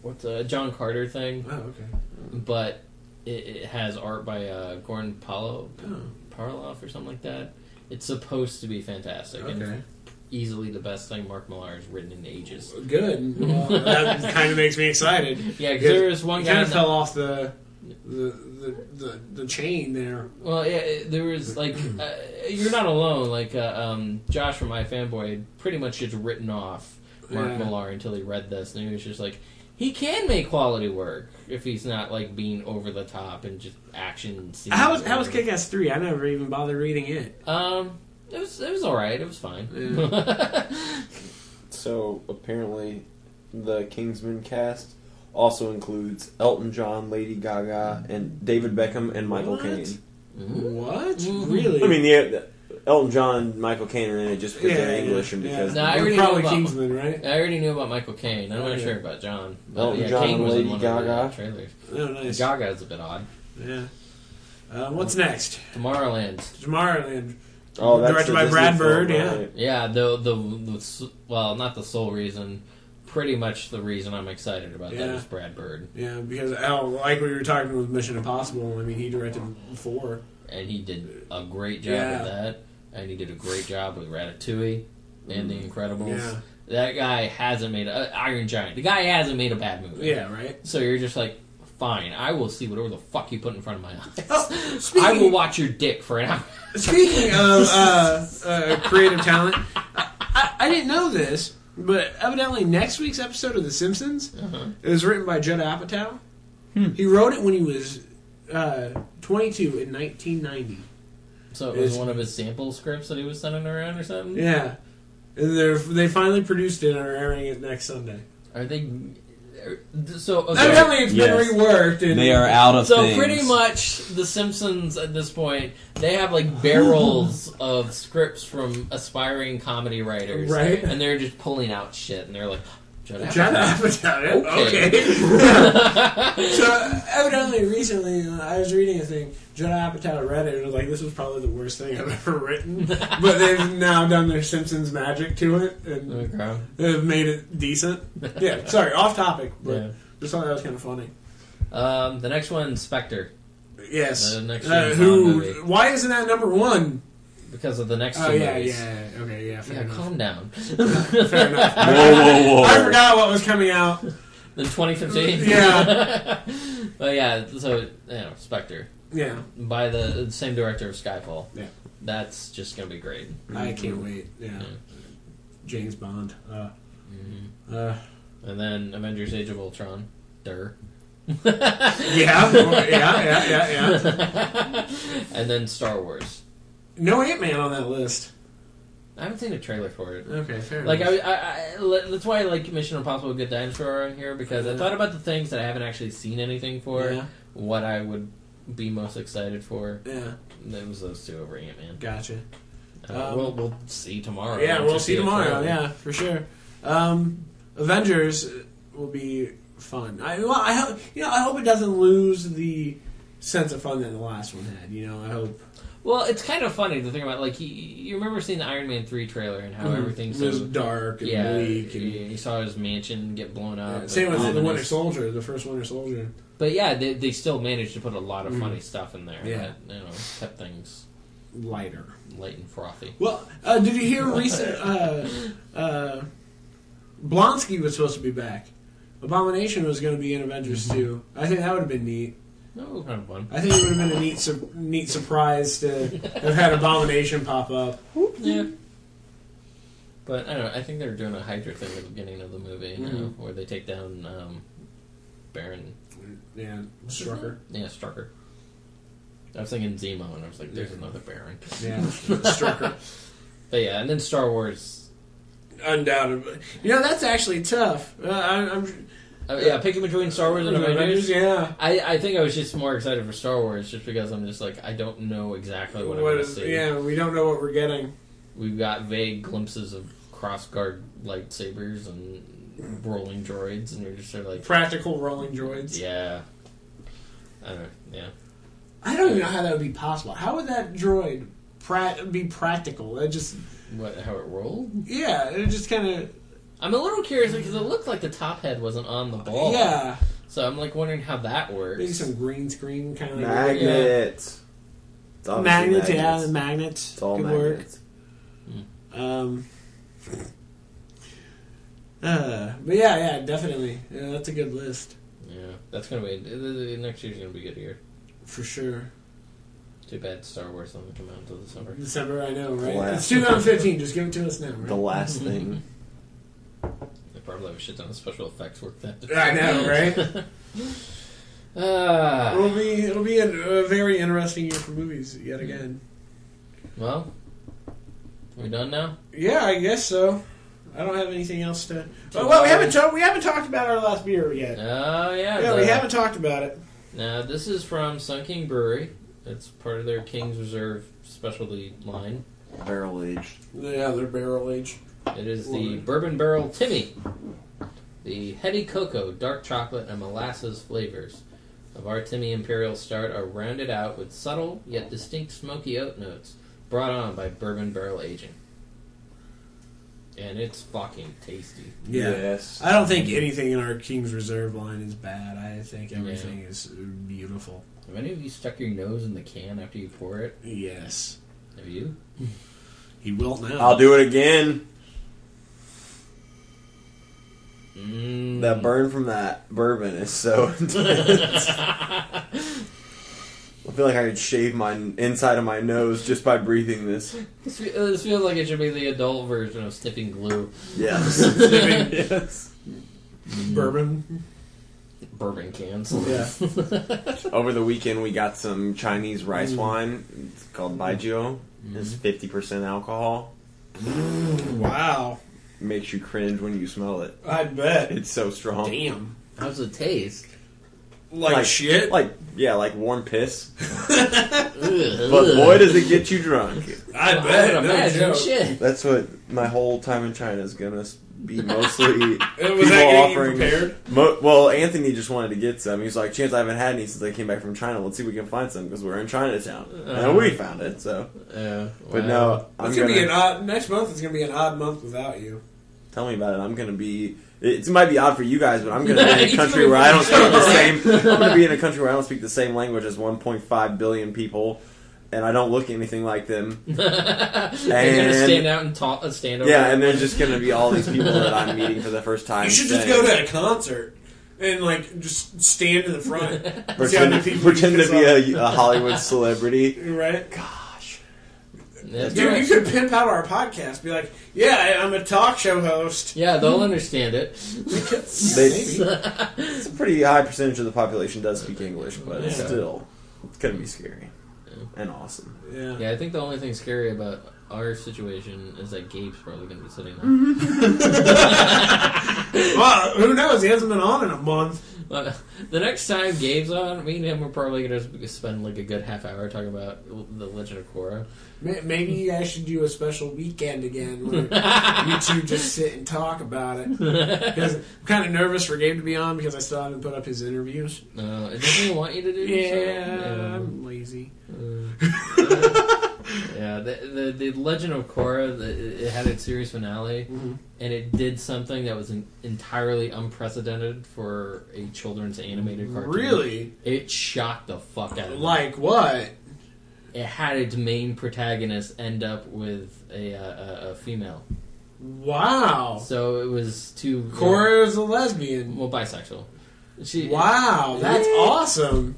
S2: what's a John Carter thing,
S3: oh okay.
S2: but it, it has art by uh, Gordon Paulo
S3: Oh.
S2: Parloff or something like that. It's supposed to be fantastic
S3: Okay.
S2: and easily the best thing Mark Millar has written in ages.
S3: Good. Well, that kind of makes me excited.
S2: Yeah, because there is one
S3: It
S2: guy.
S3: kind
S2: in
S3: of
S2: the-
S3: fell off the the, the the the chain there.
S2: Well, yeah, it- there was like uh, you're not alone. Like uh, um, Josh from my fanboy had pretty much just written off Mark
S3: Yeah.
S2: Millar until he read this, and he was just like, he can make quality work if he's not like being over the top and just action. Scenes
S3: How was how was
S2: or-
S3: Kick Ass three? I never even bothered reading it.
S2: Um, it was it was all right. It was fine.
S1: So apparently, the Kingsman cast also includes Elton John, Lady Gaga, and David Beckham and Michael
S3: What?
S1: Caine.
S3: What?
S2: Mhm.
S3: Mm-hmm. Really?
S1: I mean, the, Elton John, and Michael Caine are in it just because
S3: Yeah,
S1: they're
S3: yeah,
S1: English and
S3: yeah.
S1: because
S2: No, I already
S3: probably
S2: knew about-
S3: Kingsman, right?
S2: I already knew about Michael Caine. I'm not
S3: Yeah.
S2: sure about John.
S1: Elton
S2: yeah,
S1: John
S2: Caine
S1: and
S2: was in
S1: Lady
S2: one of
S1: Gaga.
S2: the trailers.
S3: Oh, nice.
S2: Gaga's a bit odd.
S3: Yeah. Uh, what's next?
S2: Tomorrowland.
S3: Tomorrowland.
S1: oh, that's
S3: Directed
S1: the
S3: by
S1: Disney
S3: Brad
S1: film,
S3: Bird, yeah.
S1: right.
S2: Yeah, the, the the s- well, not the sole reason. Pretty much the reason I'm excited about that
S3: Yeah.
S2: is Brad Bird,
S3: Yeah, because oh, like we were talking with Mission Impossible. I mean, he directed four.
S2: and he did a great job
S3: Yeah.
S2: with that, and he did a great job with Ratatouille and The
S3: Mm.
S2: Incredibles.
S3: Yeah.
S2: That guy hasn't made a, uh, Iron Giant. The guy hasn't made a bad movie.
S3: Yeah, right.
S2: So you're just like, fine, I will see whatever the fuck you put in front of my eyes.
S3: Oh,
S2: I will
S3: speaking-
S2: watch your dick for an hour.
S3: Speaking of uh, uh, creative talent, I, I, I didn't know this, but evidently next week's episode of The Simpsons it was written by Judd Apatow. He wrote it when he was uh, 22 in 1990.
S2: So it was
S3: It's-
S2: one of his sample scripts that he was sending around or something.
S3: Yeah. And they're, they finally produced it and are airing it next Sunday.
S2: Are they? are- So okay.
S3: Evidently, it's
S5: Yes.
S3: been reworked. And
S5: They are out of
S2: So
S5: things.
S2: pretty much, The Simpsons at this point, they have like barrels of scripts from aspiring comedy writers,
S3: Right.
S2: And they're just pulling out shit, and they're like, Judd Apatow.
S3: Judd Apatow.
S2: Okay.
S3: Okay. so evidently, recently uh, I was reading a thing. Judd Apatow read it and was like, "This was probably the worst thing I've ever written." but they've now done their Simpsons magic to it and
S2: Okay.
S3: they've made it decent. Yeah. Sorry, off topic, but
S2: Yeah.
S3: just thought that was kind of funny.
S2: Um, the next one, Spectre,
S3: Yes.
S2: The next
S3: Uh,
S2: James
S3: who?
S2: Bond movie.
S3: Why isn't that number one?
S2: because of the next two
S3: Oh yeah,
S2: movies.
S3: yeah. Okay, yeah. Fair
S2: Yeah,
S3: enough.
S2: calm down.
S3: Fair enough.
S5: Whoa, whoa, whoa!
S3: I forgot what was coming out.
S2: The 2015.
S3: Yeah.
S2: but yeah, so you know, Spectre
S3: Yeah.
S2: by the same director of Skyfall.
S3: Yeah.
S2: That's just gonna be great.
S3: I can't
S2: Mm-hmm.
S3: wait. Yeah. James Bond. Uh,
S2: Mm-hmm.
S3: uh,
S2: And then Avengers: Age of Ultron. Durr.
S3: yeah, yeah, yeah, yeah, yeah.
S2: and then Star Wars.
S3: No Ant Man on that list.
S2: I haven't seen a trailer for it.
S3: Okay, fair
S2: Like
S3: enough.
S2: I, I, I le- that's why I like Mission Impossible: Good Dinosaur on here because I thought about the things that I haven't actually seen anything for,
S3: Yeah.
S2: what I would be most excited for.
S3: yeah,
S2: It was those two over Ant Man.
S3: gotcha.
S2: Uh,
S3: Um,
S2: we'll we'll see tomorrow.
S3: Yeah,
S2: once I
S3: we'll see
S2: a
S3: tomorrow.
S2: trailer.
S3: Yeah, for sure. Um, Avengers uh, will be fun. I well, I hope you know. I hope it doesn't lose the sense of fun that the last one had. You know, I hope
S2: Well, it's kind of funny to think about. Like he, you remember seeing the Iron Man three trailer and how everything's
S3: Mm-hmm. it was
S2: so
S3: dark and
S2: yeah.
S3: bleak. And,
S2: You saw his mansion get blown up.
S3: yeah, Same with the
S2: ominous.
S3: Winter Soldier, the first Winter Soldier.
S2: But yeah, they, they still managed to put a lot of funny stuff in there.
S3: Mm. Yeah.
S2: That, you know, kept things
S3: Lighter.
S2: light and frothy.
S3: Well, uh, did you hear recent? Uh, uh, Blonsky was supposed to be back. Abomination was going to be in Avengers 2. I think that would have been neat.
S2: That was kind of fun.
S3: I think it would have been a neat, sur- neat surprise to have had Abomination pop up.
S2: Yeah. But I don't know. I think they're doing a Hydra thing at the beginning of the movie, you
S3: Mm-hmm.
S2: know, where they take down um, Baron.
S3: Yeah, Strucker.
S2: Yeah, Strucker. I was thinking Zemo, and I was like, "There's another Baron."
S3: Yeah, Strucker.
S2: But yeah, and then Star Wars.
S3: Undoubtedly, you know that's actually tough. Uh, I, I'm
S2: Uh, yeah, picking between Star Wars and Avengers.
S3: Yeah,
S2: I, I think I was just more excited for Star Wars just because I'm just like I don't know exactly what, I'm
S3: what
S2: gonna
S3: is?
S2: see.
S3: Yeah, we don't know what we're getting.
S2: We've got vague glimpses of cross guard lightsabers and rolling droids, and you're just sort of like,
S3: Practical rolling droids.
S2: yeah. I don't know, yeah.
S3: I don't even know how that would be possible. How would that droid pra- be practical? That just
S2: What, how it rolled?
S3: yeah, it just kind of
S2: I'm a little curious because it looked like the top head wasn't on the ball.
S3: yeah,
S2: So I'm like wondering how that works.
S3: maybe some green screen kind of
S1: Magnets.
S5: It's obviously
S3: magnets, yeah,
S5: magnets.
S3: the magnets
S5: It's all
S3: could
S5: magnets.
S3: work. Um, uh, but yeah, yeah, definitely. Yeah, that's a good list
S2: Yeah, that's gonna be the- the- the next year's gonna be good year.
S3: for sure.
S2: Too bad Star Wars doesn't come out until the summer.
S3: December, I know, right?
S5: Last.
S3: It's 2015. Just give it to us now. Right?
S5: The last thing.
S2: They probably have a shit ton of special effects work that.
S3: I know, right?
S2: Ah,
S3: It'll be it'll be a, a very interesting year for movies yet again.
S2: well, we done now.
S3: Yeah, I guess so. I don't have anything else to. Oh, well, we haven't ta- we haven't talked about our last beer yet.
S2: Oh yeah,
S3: Yeah, we
S2: the-
S3: haven't talked about it.
S2: Now this is from Sun King Brewery. It's part of their King's Reserve specialty line.
S5: Barrel aged.
S3: Yeah, they're barrel aged.
S2: It is the
S3: Lovely.
S2: Bourbon Barrel Timmy, the heady cocoa, dark chocolate, and molasses flavors of our Timmy Imperial Stout are rounded out with subtle yet distinct smoky oat notes brought on by bourbon barrel aging. And it's fucking tasty.
S5: Yes.
S3: I don't think anything in our King's Reserve line is bad. I think everything is beautiful.
S2: Have any of you stuck your nose in the can after you pour it?
S3: Yes.
S2: Have you?
S3: He will now.
S5: I'll do it again.
S2: Mm.
S5: That burn from that bourbon is so intense. I feel like I could shave my inside of my nose just by breathing this.
S2: This, fe- uh, this feels like it should be the adult version of sniffing glue.
S5: Yes. yes.
S3: Bourbon.
S2: Bourbon cans.
S3: Yeah.
S5: Over the weekend, we got some Chinese rice
S3: Hmm.
S5: wine. It's called Baijiu. It's fifty percent alcohol.
S3: Mm. wow.
S5: Makes you cringe when you smell it.
S3: I bet.
S5: It's so strong.
S3: Damn.
S2: How's it taste?
S3: Like, shit.
S5: Like yeah, like warm piss.
S2: Ugh.
S5: But boy, does it get you drunk.
S3: I
S2: I
S3: bet.
S2: would
S3: no
S2: imagine
S3: joke.
S2: shit.
S5: That's what my whole time in China is gonna s- be mostly
S3: Uh,
S5: people
S3: Was that getting you
S5: offering.
S3: prepared?
S5: Mo- well, Anthony just wanted to get some. He was like, "Chance, I haven't had any since I came back from China. Let's see if we can find some because we're in Chinatown." and we found it. So,
S2: Yeah.
S5: but
S2: wow.
S5: no, I'm
S3: It's Uh-huh. gonna
S5: gonna
S3: be an odd. Next month is gonna be an odd month without you.
S5: tell me about it. I'm gonna be. It, it might be odd for you guys, but I'm gonna be in a
S2: He's
S5: country
S2: gonna
S5: where I don't
S2: be-
S5: speak the same. I'm gonna be in a country where I don't speak the same language as 1.5 billion people, and I don't look anything like them.
S2: They're gonna
S5: And-
S2: stand out and talk, uh, stand over.
S5: Yeah, and there's just gonna be all these people that I'm meeting for the first time.
S3: You should just
S5: saying-
S3: go to a concert and like just stand in the front. See how many
S5: pretend,
S3: people you
S5: pretend to
S3: piss
S5: be a, a Hollywood celebrity.
S3: off. right.
S5: Gosh.
S2: That's
S3: Dude,
S2: right.
S3: you could pimp out our podcast. Be like, yeah, I- I'm a talk show host.
S2: Yeah, they'll understand it.
S5: They- It's a pretty high percentage of the population does speak English, but it's
S2: Yeah.
S5: still it's gonna be scary and awesome.
S3: Yeah.
S2: Yeah, I think the only thing scary about our situation is that Gabe's probably gonna be sitting
S3: Mm-hmm.
S2: there.
S3: Well, who knows? He hasn't been on in a month.
S2: Uh, the next time Gabe's on, me and him are probably gonna s- spend like a good half hour talking about the Legend of Korra.
S3: Ma- Maybe you guys should do a special weekend again where you two just sit and talk about it. 'Cause I'm kind of nervous for Gabe to be on because I still haven't put up his interviews.
S2: No, it doesn't even Uh, want you to do. so,
S3: Yeah,
S2: um,
S3: I'm lazy. Uh,
S2: Yeah, the, the the Legend of Korra, the, it had its series finale,
S3: Mm-hmm.
S2: and it did something that was en- entirely unprecedented for a children's animated cartoon.
S3: Really?
S2: It shocked the fuck out of me.
S3: Like what?
S2: It had its main protagonist end up with a, uh, a, a female.
S3: Wow.
S2: So it was two.
S3: Cora is a lesbian.
S2: Well, bisexual. She,
S3: Wow, that's
S2: Yeah.
S3: awesome.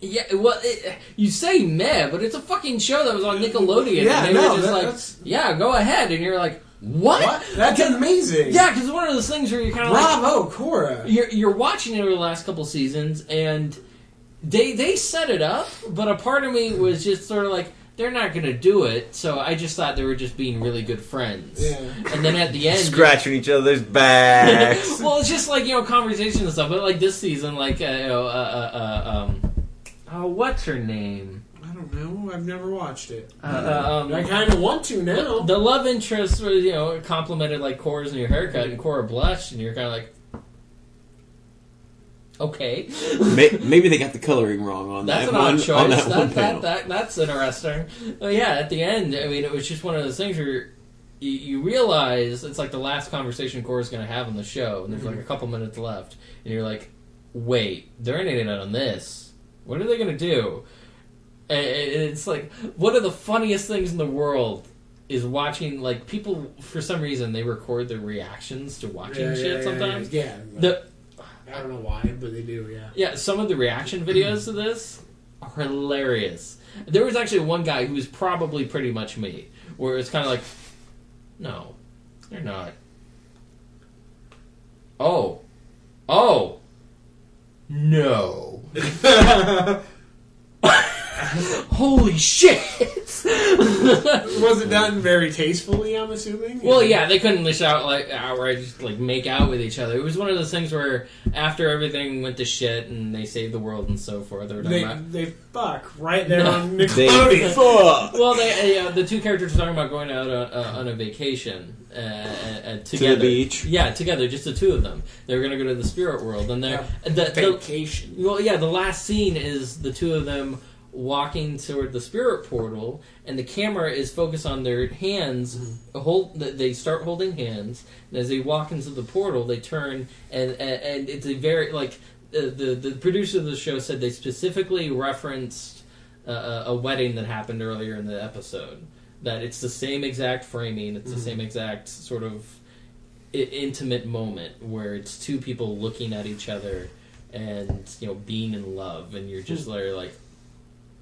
S2: Yeah, well, it, you say meh, but it's a fucking show that was on Nickelodeon.
S3: Yeah,
S2: and they
S3: no,
S2: were just
S3: that-
S2: like,
S3: that's-
S2: yeah, go ahead. And you're like,
S3: What? That's amazing.
S2: Yeah, because one of those things where you're kind of like,
S3: Bravo, Cora.
S2: you're, you're watching it over the last couple seasons, and they they set it up, but a part of me was just sort of like, they're not gonna do it. So I just thought they were just being really good friends.
S3: Yeah.
S2: And then at the end,
S5: Scratching each other's backs.
S2: well, it's just like you know conversations and stuff. But like this season, like uh, you know, uh, uh, uh, um, oh, what's her name?
S3: I don't know. I've never watched it.
S2: Uh, uh, um,
S3: I kind of want to now.
S2: the love interest was you know complimented like Cora's new haircut, and Cora blushed, and you're kind of like. Okay,
S1: May- Maybe they got the coloring wrong on
S2: That's
S1: that
S2: an
S1: one.
S2: odd
S1: On
S2: choice.
S1: that, one
S2: That,
S1: panel.
S2: that, that, that's interesting. But yeah, at the end, I mean, it was just one of those things where you, you realize it's like the last conversation Cora's going to have on the show, and there's
S1: Mm-hmm.
S2: like a couple minutes left, and you're like, wait, they're ending it on this. What are they going to do? And and it's like one of the funniest things in the world is watching like people for some reason they record their reactions to watching
S3: Yeah,
S2: shit
S3: yeah, yeah,
S2: sometimes.
S3: Yeah,
S2: The
S3: I don't know why, but they do. Yeah.
S2: Yeah, some of the reaction videos to this are hilarious. There was actually one guy who was probably pretty much me, where it's kind of like, no, they're not. Oh, oh, no. Holy shit!
S3: Was it done very tastefully? I'm assuming.
S2: Well, yeah, they couldn't just out like outright just like make out with each other. It was one of those things where after everything went to shit and they saved the world and so forth, they were talking
S3: They,
S2: about
S3: they fuck right there
S2: No.
S3: on
S1: They-
S3: Nickelodeon.
S5: Fuck.
S2: Well, they, uh, the two characters were talking about going out uh, uh, on a vacation uh, uh, uh, together.
S1: beach?
S2: Yeah, together, just the two of them. They were going to go to the spirit world, and they're the,
S3: Vacation.
S2: the well, yeah. The last scene is the two of them walking toward the spirit portal, and the camera is focused on their hands. Hold, th- they start holding hands, and as they walk into the portal, they turn, and and, and it's a very like the, the the producer of the show said they specifically referenced uh, a, a wedding that happened earlier in the episode. That it's the same exact framing, it's the same exact sort of I- intimate moment where it's two people looking at each other and you know being in love, and you're just there like,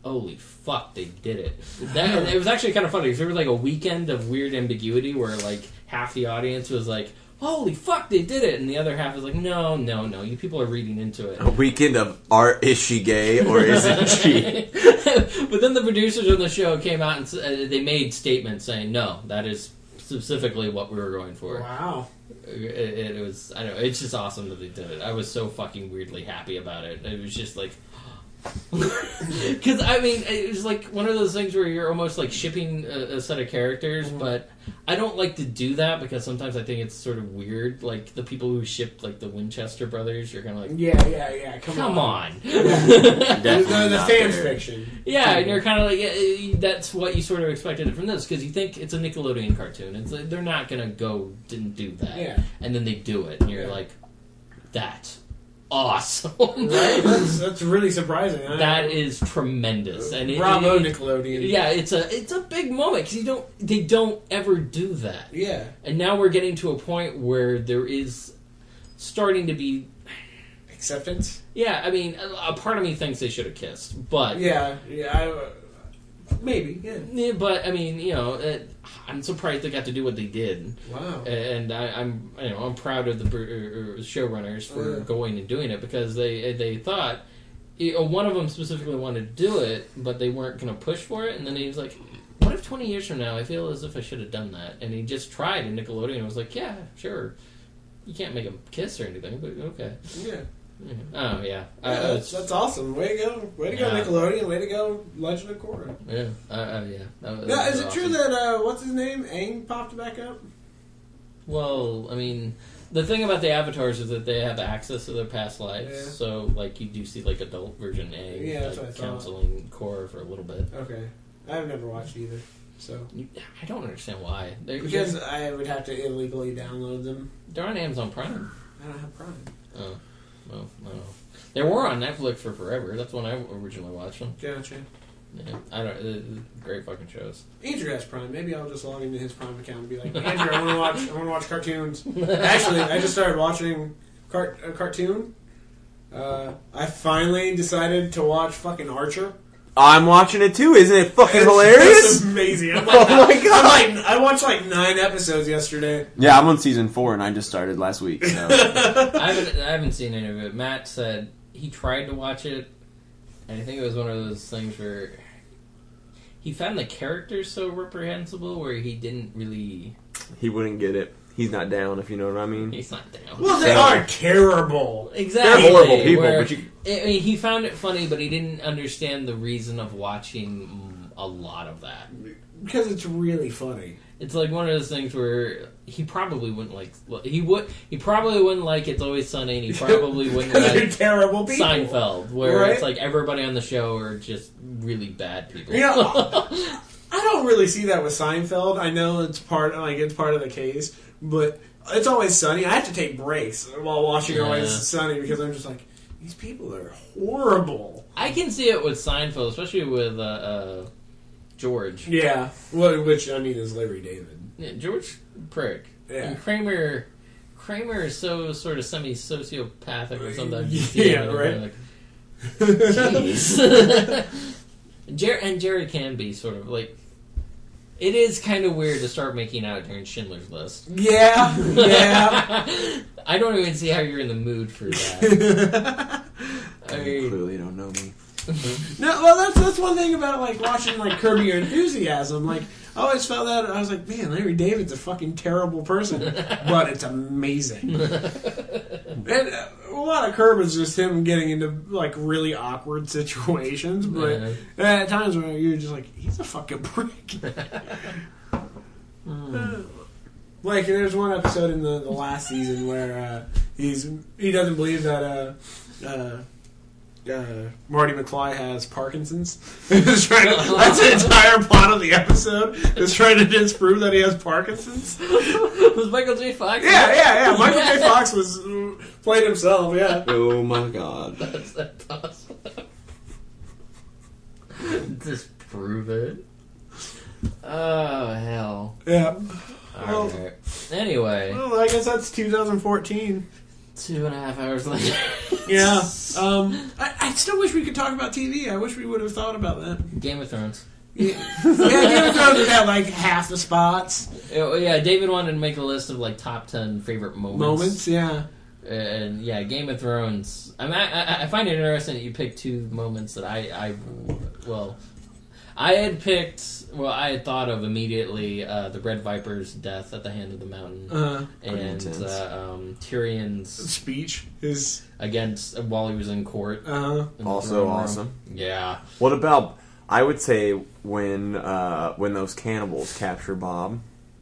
S2: holy fuck, they did it. That and it was actually kind of funny because there was like a weekend of weird ambiguity where like half the audience was like. Holy fuck, they did it! And the other half is like, no, no, no, you people are reading into it.
S1: A weekend of art is she gay or isn't she?
S2: but then the producers of the show came out and s- uh, they made statements saying, "No, that is specifically what we were going for."
S3: Wow.
S2: It, it was, I know, it's just awesome that they did it. I was so fucking weirdly happy about it. It was just like. Because I mean, it was like one of those things where you're almost like shipping a, a set of characters,
S3: Mm-hmm.
S2: but I don't like to do that because sometimes I think it's sort of weird. Like the people who shipped like the Winchester brothers, you're kind of like,
S3: Yeah, yeah, yeah. Come,
S2: come on.
S3: The,
S1: Definitely
S3: the, the
S1: not
S3: fan
S1: there.
S3: fiction.
S2: Yeah, and you're kind of like eh, eh, that's what you sort of expected from this because you think it's a Nickelodeon cartoon. It's like, they're not gonna go didn't do that,
S3: Yeah.
S2: and then they do it, and you're
S3: Yeah.
S2: like, that's awesome.
S3: Right? That's, that's really surprising. I-
S2: that is tremendous, and it,
S3: Bravo,
S2: it-
S3: Nickelodeon.
S2: yeah, it's a it's a big moment because you don't they don't ever do that.
S3: Yeah.
S2: And now we're getting to a point where there is starting to be
S3: Acceptance.
S2: yeah. I mean, a, a part of me thinks they should have kissed, but
S3: Yeah, yeah. I, uh, maybe. Yeah.
S2: Yeah, but I mean, you know, it, I'm surprised they got to do what they did,
S3: Wow.
S2: and I, I'm, you know, I'm proud of the br- er, er, showrunners for
S3: Yeah.
S2: going and doing it because they they thought you know, one of them specifically wanted to do it, but they weren't going to push for it, and then he was like, "What if 20 years from now I feel as if I should have done that?" And he just tried, and Nickelodeon was like, "Yeah, sure." You can't make them kiss or anything, but okay.
S3: Yeah.
S2: Yeah. Oh yeah, I-
S3: Yeah,
S2: I
S3: that's,
S2: was-
S3: that's awesome. Way to go. Way to go,
S2: Yeah.
S3: Nickelodeon. Way to go, Legend of Korra.
S2: yeah, I- I- yeah. that was-
S3: Now,
S2: that
S3: is
S2: was
S3: it
S2: awesome.
S3: true that, uh, what's his name? Aang popped back up?
S2: Well, I mean, the thing about the avatars is that they have access to their past lives,
S3: Yeah.
S2: so like you do see like adult version A,
S3: Yeah, that's what I
S2: like,
S3: thought.
S2: counseling core for a little bit.
S3: Okay. I've never watched either. So.
S2: You, I don't understand why they're,
S3: Because I would have to illegally download them.
S2: they're on Amazon Prime.
S3: I don't have Prime.
S2: Oh, well, I don't know. They were on Netflix for forever. That's when I originally watched them.
S3: Gotcha.
S2: Yeah, I don't. uh, great fucking shows.
S3: Andrew has Prime. Maybe I'll just log into his Prime account and be like, Andrew, I want to watch. I want to watch cartoons. Actually, I just started watching cart- a cartoon. Uh, I finally decided to watch fucking Archer.
S1: I'm watching it too. Isn't it fucking
S3: It's- It's
S1: hilarious?
S3: amazing. I'm
S1: Oh
S3: like,
S1: my god!
S3: I'm like, I watched like nine episodes yesterday.
S5: Yeah, I'm on season four, and I just started last week. So.
S2: I haven't, I haven't seen any of it. Matt said he tried to watch it, and I think it was one of those things where he found the characters so reprehensible where he didn't really.
S1: He wouldn't get it. He's not down, if you know what I mean.
S2: He's not down.
S3: Well, they are terrible.
S2: exactly.
S1: They're horrible people,
S2: where-
S1: but you-
S2: I mean, he found it funny, but he didn't understand the reason of watching mm, a lot of that.
S3: Because it's really funny.
S2: It's like one of those things where he probably wouldn't like. He would. He probably wouldn't like It's Always Sunny, and he probably wouldn't
S3: Because they're
S2: like
S3: terrible people.
S2: Seinfeld, where
S3: Right?
S2: it's like everybody on the show are just really bad people.
S3: Yeah. I don't really see that with Seinfeld. I know it's part like it's part of the case, but it's always sunny. I have to take breaks while watching
S2: Yeah.
S3: Always Sunny because I'm just like, These people are horrible.
S2: I can see it with Seinfeld, especially with uh, uh, George.
S3: Yeah. Well, which I mean is Larry David.
S2: Yeah, George prick.
S3: Yeah.
S2: And Kramer, Kramer is so sort of semi sociopathic or something.
S3: Yeah, right.
S2: Jeez. Jer- and Jerry can be sort of like. It is kind of weird to start making out during Schindler's List.
S3: yeah. Yeah.
S2: I don't even see how you're in the mood for that. I
S5: You
S2: mean,
S5: clearly don't know me.
S3: No, well, that's that's one thing about like watching like Curb Your Enthusiasm. Like, I always felt that I was like, man, Larry David's a fucking terrible person, but it's amazing. and uh, a lot of Curb is just him getting into like really awkward situations, but
S2: Yeah.
S3: uh, at times when you're just like, he's a fucking prick. Uh, Like there's one episode in the, the last season where uh, he's he doesn't believe that uh, uh, uh, Marty McFly has Parkinson's. He's trying to, that's the entire plot of the episode is trying to disprove that he has Parkinson's.
S2: was Michael J. Fox?
S3: Yeah, yeah, yeah. Michael J. Fox was uh, played himself. Yeah.
S5: Oh my god.
S2: That's, that's awesome. Disprove it. Oh hell!
S3: Yeah.
S2: All right. Anyway,
S3: Well, I guess that's 2014.
S2: two and a half hours later.
S3: Yeah. Um, I, I still wish we could talk about TV. I wish we would have thought about that.
S2: Game of Thrones.
S3: Yeah, Game of Thrones would have like half the spots.
S2: Oh, yeah, David wanted to make a list of like top ten favorite moments.
S3: Moments, yeah.
S2: and yeah, Game of Thrones. I, mean, I, I- I find it interesting that you picked two moments that I, I well, I had picked. Well, I had thought of immediately uh, the Red Viper's death at the hand of the mountain,
S3: Uh,
S5: pretty
S2: and
S5: intense.
S2: uh, um, Tyrion's
S3: speech is
S2: against uh, while he was in court.
S3: uh,
S2: in the
S1: Also
S2: throne room.
S1: awesome.
S2: Yeah.
S1: What about? I would say when uh, when those cannibals capture Bob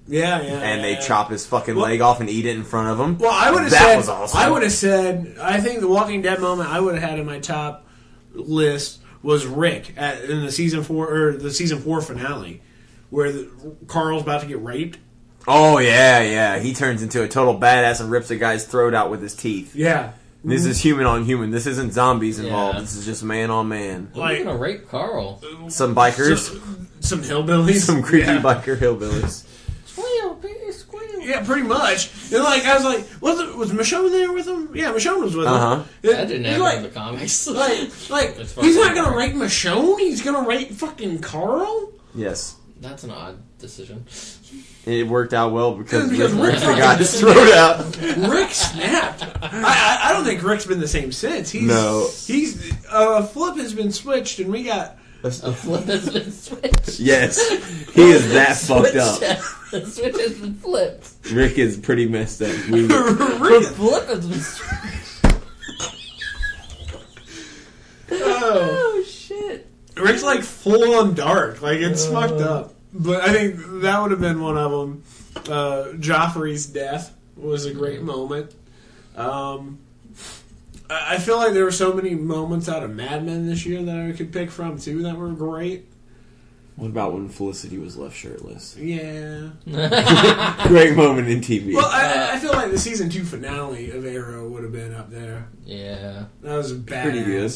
S3: yeah, yeah.
S1: and they
S3: yeah.
S1: chop his fucking
S3: Well-
S1: leg off and eat it in front of him.
S3: Well, I would have
S1: that
S3: said
S1: was awesome.
S3: I would have said I think the Walking Dead moment I would have had in my top list was Rick at, in the season four or the season four finale, where the, Carl's about to get raped.
S1: Oh yeah, yeah. He turns into a total badass and rips a guy's throat out with his teeth.
S3: Yeah,
S1: This is human on human. This isn't zombies involved.
S2: Yeah.
S1: This is just man on man.
S2: Who's
S3: Like-
S2: gonna rape Carl?
S1: Some bikers,
S3: some, some hillbillies,
S1: some creepy
S3: yeah.
S1: biker hillbillies.
S2: Squeal, baby, squeal.
S3: Yeah, pretty much. And like I was like, was it, was Michonne there with him? Yeah, Michonne was with
S1: Uh-huh.
S3: him. And
S2: That didn't
S3: he's
S2: happen in the
S3: like,
S2: comics.
S3: like, like
S2: That's
S3: he's not
S2: fucking
S3: gonna
S2: hard.
S3: rate Michonne. He's gonna rate fucking Carl.
S1: Yes,
S2: That's an odd decision.
S1: it worked out well because Rick
S3: Because Rick
S1: rips the
S2: fucking-
S1: guy's throat out.
S3: Rick snapped. I, I, I don't think Rick's been the same since. He's,
S1: No.
S3: he's uh, flip has been switched, and we got
S2: A flip has been switched.
S1: Yes, he is that fucked up.
S2: the switch has been flipped.
S1: Rick is pretty messed up. We,
S2: The
S3: Rick.
S2: flip has been switched.
S3: Oh.
S2: Oh shit.
S3: Rick's like full on dark. Like it's fucked up. But I think that would have been one of them. Uh, Joffrey's death was a great moment. Um, I I feel like there were so many moments out of Mad Men this year that I could pick from too that were great.
S5: What about when Felicity was left shirtless?
S3: Yeah.
S5: Great moment in TV.
S3: Well, I, I- I feel like the season two finale of Arrow would have been up there.
S2: Yeah.
S3: That was bad.
S5: Pretty good.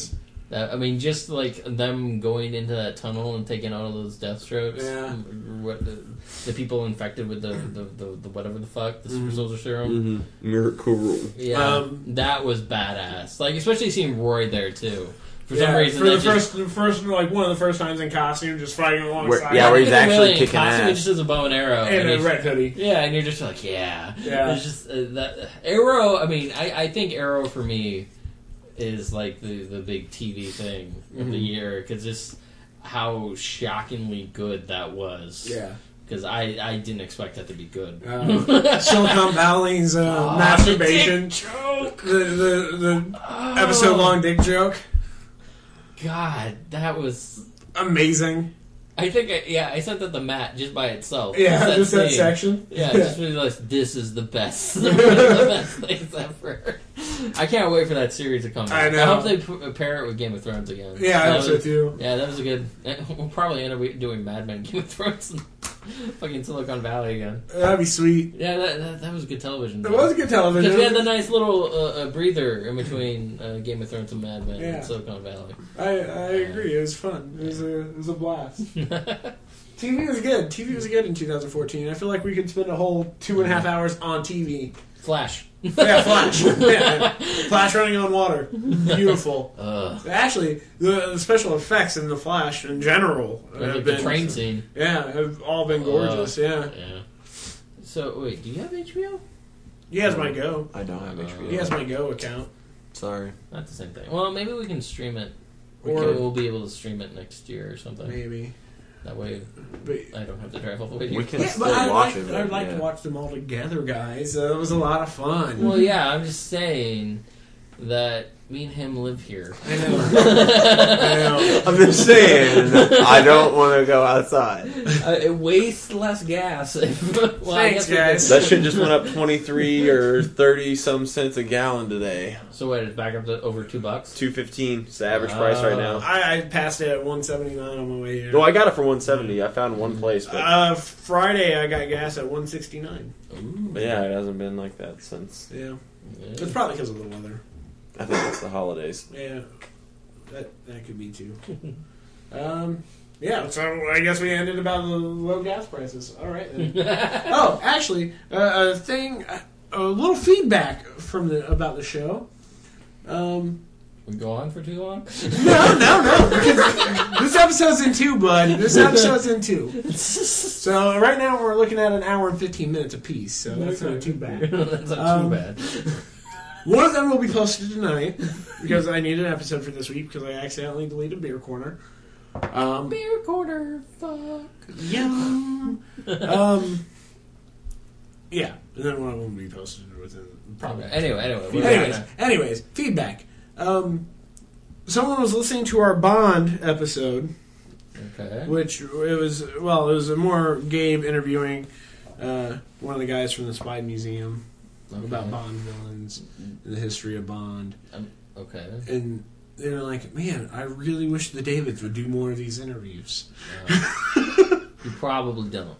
S2: That, I mean, just like them going into that tunnel and taking all of those death strokes.
S3: Yeah.
S2: What the, the people infected with the, the, the, the whatever the fuck the super soldier serum.
S1: mm-hmm. Miracle.
S2: Yeah.
S3: Um,
S2: that was badass. Like especially seeing Roy there too. For
S3: Yeah,
S2: some reason,
S3: for the
S2: that just,
S3: first, the first, like one of the first times in costume, just fighting alongside.
S1: yeah, where he's
S2: Even
S1: actually
S2: really in
S1: kicking
S2: costume,
S1: ass.
S2: It just is a bow and arrow.
S3: and a
S2: it's-
S3: red hoodie.
S2: Yeah, and you're just like, yeah.
S3: Yeah.
S2: It's just uh, that Arrow. I mean, I, I think Arrow for me is like the the big TV thing
S3: Mm-hmm.
S2: of the year because just how shockingly good that was.
S3: Yeah,
S2: Because I I didn't expect that to be good.
S3: uh, Silicon Valley's uh,
S2: Oh,
S3: masturbation,
S2: dick joke.
S3: the the, the
S2: Oh,
S3: episode long dick joke,
S2: God, that was.
S3: amazing.
S2: I think I, yeah, I sent that to Matt just by itself.
S3: Yeah,
S2: that
S3: just that
S2: scene.
S3: section.
S2: Yeah, I just realized this is the best, one of the best things ever. I can't wait for that series to come. out.
S3: I know.
S2: I hope they p- uh, pair it with Game of Thrones again.
S3: yeah, I
S2: that
S3: hope so
S2: was-
S3: too.
S2: Yeah, that was a good. We'll probably end up doing Mad Men Game of Thrones. Fucking Silicon Valley again.
S3: That'd be sweet.
S2: Yeah, that, that, that was good television.
S3: It was good television.
S2: Because we had the nice little uh, uh, breather in between uh, Game of Thrones and Mad Men
S3: Yeah.
S2: and Silicon Valley.
S3: I, I agree. It was fun. It was a, it was a blast. TV was good. TV was good in 2014. I feel like we could spend a whole two and a half hours on TV.
S2: Flash.
S3: Yeah, Flash. Yeah. Flash running on water. Beautiful.
S2: Ugh.
S3: Actually, the, the special effects in the Flash in general have
S2: Like the
S3: been
S2: train scene.
S3: Yeah, have all been
S1: Uh,
S3: gorgeous. yeah,
S2: Yeah. So wait, do you have HBO?
S3: he has my go.
S5: I don't have HBO.
S3: Uh, He has my go account.
S5: Sorry.
S2: Not the same thing. Well, maybe we can stream it,
S3: We
S2: or
S3: could.
S2: we'll be able to stream it next year or something.
S3: Maybe,
S2: That way,
S3: but
S2: I don't have to drive all the way. to
S1: We
S2: you.
S1: can
S3: yeah,
S1: still
S3: but I'd
S1: watch
S3: like,
S1: it. but
S3: I'd like
S1: yeah.
S3: to watch them all together, guys. Uh, it was a lot of fun.
S2: Well, yeah, I'm just saying that me and him live here.
S3: I know. I know.
S1: I'm just saying, I don't want to go outside.
S2: Uh, it wastes less gas. if- well, I
S3: Thanks,
S2: guess we
S3: guys.
S1: That shit just went up 23 or 30 some cents a gallon today.
S2: could- So wait, it's back up to over two bucks.
S1: 215 is the average price right now.
S3: I, I passed it at 179 on my way here.
S1: No, I got it for 170. I found one place, but,
S3: uh, Friday I got gas at 169.
S1: but yeah, it hasn't been like that since.
S3: Yeah,
S2: Yeah.
S3: it's probably because of the weather.
S1: I think it's the holidays.
S3: Yeah, that that could be too. um, yeah. So I guess we ended about the low gas prices. All right. Then. oh, actually, uh, a thing, a little feedback from the about the show. Um,
S2: We go on for too long.
S3: no, no, no. because this episode's in two, bud. This episode's in two. So right now we're looking at an hour and fifteen minutes apiece. So that's not too bad.
S2: That's not
S3: Um,
S2: too bad.
S3: One of them will be posted tonight because I need an episode for this week because I accidentally deleted Beer Corner. Um,
S2: Beer quarter. Fuck.
S3: Yum. um, yeah, and then one will be posted within probably.
S2: Anyway, anyway. we're
S3: Anyways,
S2: gonna-
S3: anyways, feedback. Um, someone was listening to our Bond episode,
S2: Okay.
S3: which it was well, it was a more Gabe interviewing uh, one of the guys from the Spy Museum about
S2: Okay.
S3: Bond villains and the history of Bond
S2: Um, Okay.
S3: and they were like, "Man, I really wish the Davids would do more of these interviews."
S2: You probably don't.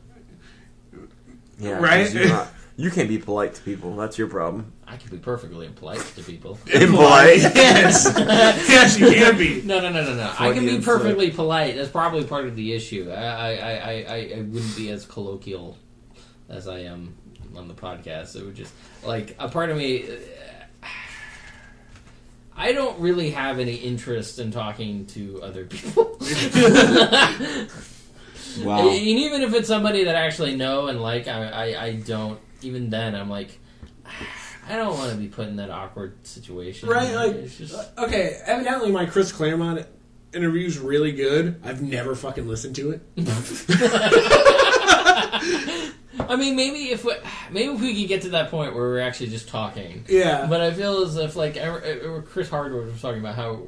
S1: Yeah,
S3: Right?
S1: 'cause you're not- you can't be polite to people. That's your problem.
S2: I can be perfectly impolite to people.
S1: Impolite.
S3: yes, yes, you can be.
S2: No, no, no, no, no. I can be
S1: Freudian slip.
S2: perfectly polite. That's probably part of the issue. I, I, I, I, I wouldn't be as colloquial as I am on the podcast. It would just like a part of me. uh, I don't really have any interest in talking to other people,
S5: Wow.
S2: and even if it's somebody that I actually know and like. I, I, I don't. Even then, I'm like, I don't want to be put in that awkward situation.
S3: Right, like-
S2: It's just-
S3: Okay, evidently my Chris Claremont interview's really good. I've never fucking listened to it.
S2: I mean, maybe if we, maybe if we could get to that point where we're actually just talking.
S3: Yeah,
S2: But I feel as if like I, I- Chris Hardwick was talking about how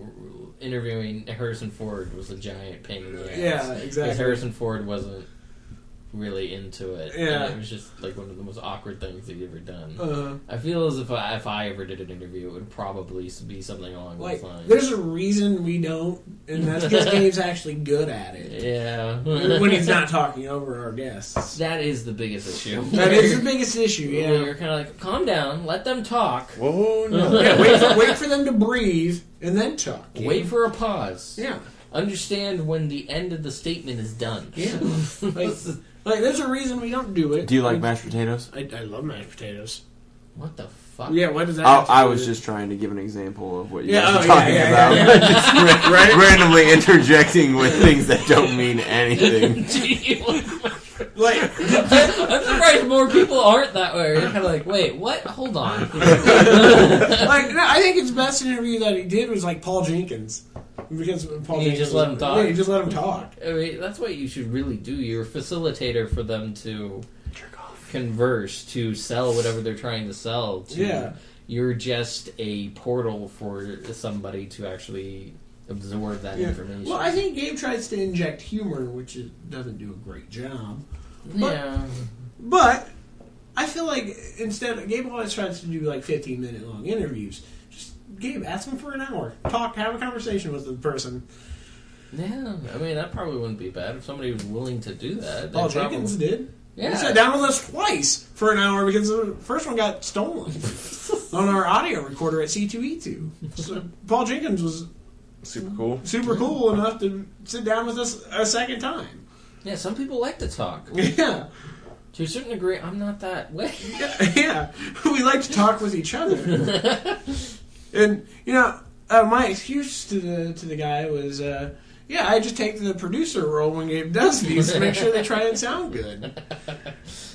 S2: interviewing Harrison Ford was a giant pain in the ass.
S3: yeah,
S2: because
S3: exactly.
S2: Harrison Ford wasn't really into it.
S3: Yeah.
S2: and it was just like one of the most awkward things that he'd ever done.
S3: Uh,
S2: I feel as if I, if I ever did an interview, it would probably be something along
S3: like,
S2: those lines.
S3: there's a reason we don't, and that's because Gabe's actually good at it
S2: yeah,
S3: when he's not talking over our guests.
S2: that is the biggest issue.
S3: That is the biggest issue.
S2: We
S3: Yeah.
S2: were kind of like, calm down, let them talk.
S1: Whoa, no.
S3: Yeah, wait for, wait for them to breathe and then talk.
S2: Wait for a pause.
S3: Yeah.
S2: Understand when the end of the statement is done.
S3: Yeah. Like- Like, there's a reason we don't do it.
S5: Do you like mashed potatoes?
S3: I, I love mashed potatoes.
S2: what the fuck?
S3: Yeah, what does that?
S5: I,
S3: have to
S5: Oh, I
S3: do
S5: was
S3: with-
S5: just trying to give an example of what you
S3: Yeah,
S5: guys
S3: oh,
S5: are
S3: yeah,
S5: talking
S3: yeah,
S5: about.
S3: yeah,
S5: Just ra- randomly interjecting with things that don't mean anything.
S3: like
S2: I'm surprised more people aren't that way. You're kind of like, wait, what? Hold on.
S3: like no, I think his best interview that he did was like Paul Jenkins because Paul
S2: You
S3: Jenkins
S2: just let him talk.
S3: Yeah, you just let him talk.
S2: I mean, that's what you should really do. You're a facilitator for them to converse, to sell whatever they're trying to sell. To,
S3: Yeah.
S2: You're just a portal for somebody to actually absorb that
S3: Yeah.
S2: information.
S3: Well, I think Gabe tries to inject humor, which is, doesn't do a great job. but-
S2: yeah.
S3: But I feel like instead, Gabe always tries to do like 15 minute long interviews. Just Gabe, ask him for an hour, talk, have a conversation with the person.
S2: Yeah, I mean that probably wouldn't be bad if somebody was willing to do that.
S3: Paul
S2: they probably-
S3: Jenkins did.
S2: yeah,
S3: He sat down with us twice for an hour because the first one got stolen on our audio recorder at C2E2. So Paul Jenkins was
S1: Super cool.
S3: super cool enough to sit down with us a second time.
S2: yeah. Some people like to talk.
S3: Yeah.
S2: To a certain degree, I'm not that way.
S3: yeah, we like to talk with each other. and you know, uh, my excuse to the to the guy was, uh, yeah, I just take the producer role when Gabe does these to make sure they try and sound good.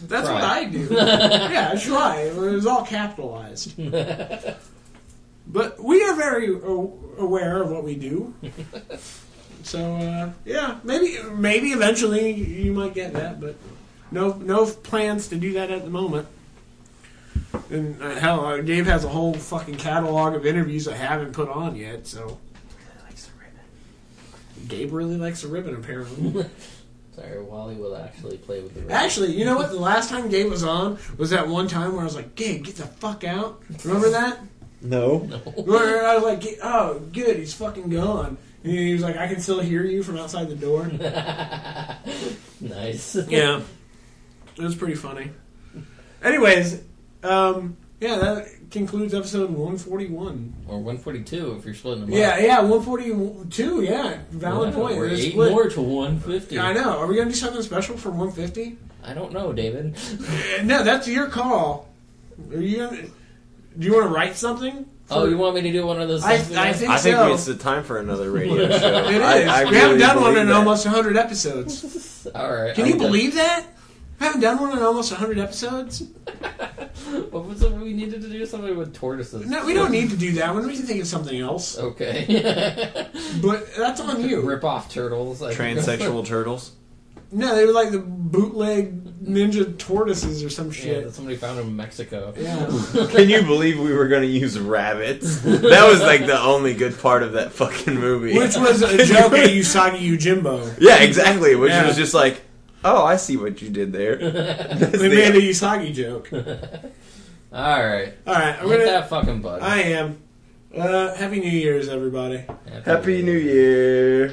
S3: That's what
S2: Try.
S3: I do. yeah, I try. It was all capitalized. but we are very a- aware of what we do. So uh, yeah, maybe maybe eventually you might get that, but no no plans to do that at the moment. And uh, hell, uh, Gabe has a whole fucking catalog of interviews I haven't put on yet. So Gabe really likes a ribbon, apparently.
S2: Sorry, Wally will actually play with the.
S3: Actually, you know what? The last time Gabe was on was that one time where I was like, "Gabe, get the fuck out!" Remember that?
S1: No.
S3: Where I was like, "Ga- "Oh, good, he's fucking gone." And he was like, "I can still hear you from outside the door."
S2: nice.
S3: Yeah. It was pretty funny. Anyways, um, yeah, that concludes episode 141.
S2: Or 142 if you're splitting them
S3: Yeah,
S2: up.
S3: yeah, 142, yeah. Valid
S2: Wow,
S3: point.
S2: We're
S3: They're
S2: eight
S3: split.
S2: more to 150.
S3: I know. Are we going to do something special for 150?
S2: I don't know, David.
S3: Uh, No, that's your call. Are you gonna, do you want to write something?
S2: Oh, you want me to do one of those?
S3: I,
S2: things?
S3: I think
S1: I think
S3: so.
S1: it's the time for another radio show.
S3: It is.
S1: I, I
S3: we
S1: really
S3: haven't done one
S1: believe
S3: in
S1: that.
S3: almost 100 episodes.
S2: All right.
S3: Can
S2: I'm
S3: you
S2: done.
S3: believe that? I haven't done one in almost 100 episodes?
S2: What was it we needed to do? Something with tortoises.
S3: No, we don't need to do that one. We can think of something else.
S2: Okay.
S3: But that's on you.
S2: Rip off turtles. I-
S1: Transsexual turtles.
S3: No, they were like the bootleg ninja tortoises or some
S2: Yeah,
S3: shit.
S2: that somebody found in Mexico.
S3: Yeah.
S1: Can you believe we were going to use rabbits? That was like the only good part of that fucking movie.
S3: Which was a joke at Usagi Yojimbo.
S1: yeah, exactly. Which
S3: Yeah.
S1: was just like, oh, I see what you did there. That's the-
S3: They made a Usagi joke.
S2: All right.
S3: Alright, I'm
S2: Hit
S3: gonna.
S2: that fucking button.
S3: I am. Uh, Happy New Year's, everybody.
S1: Happy New Year.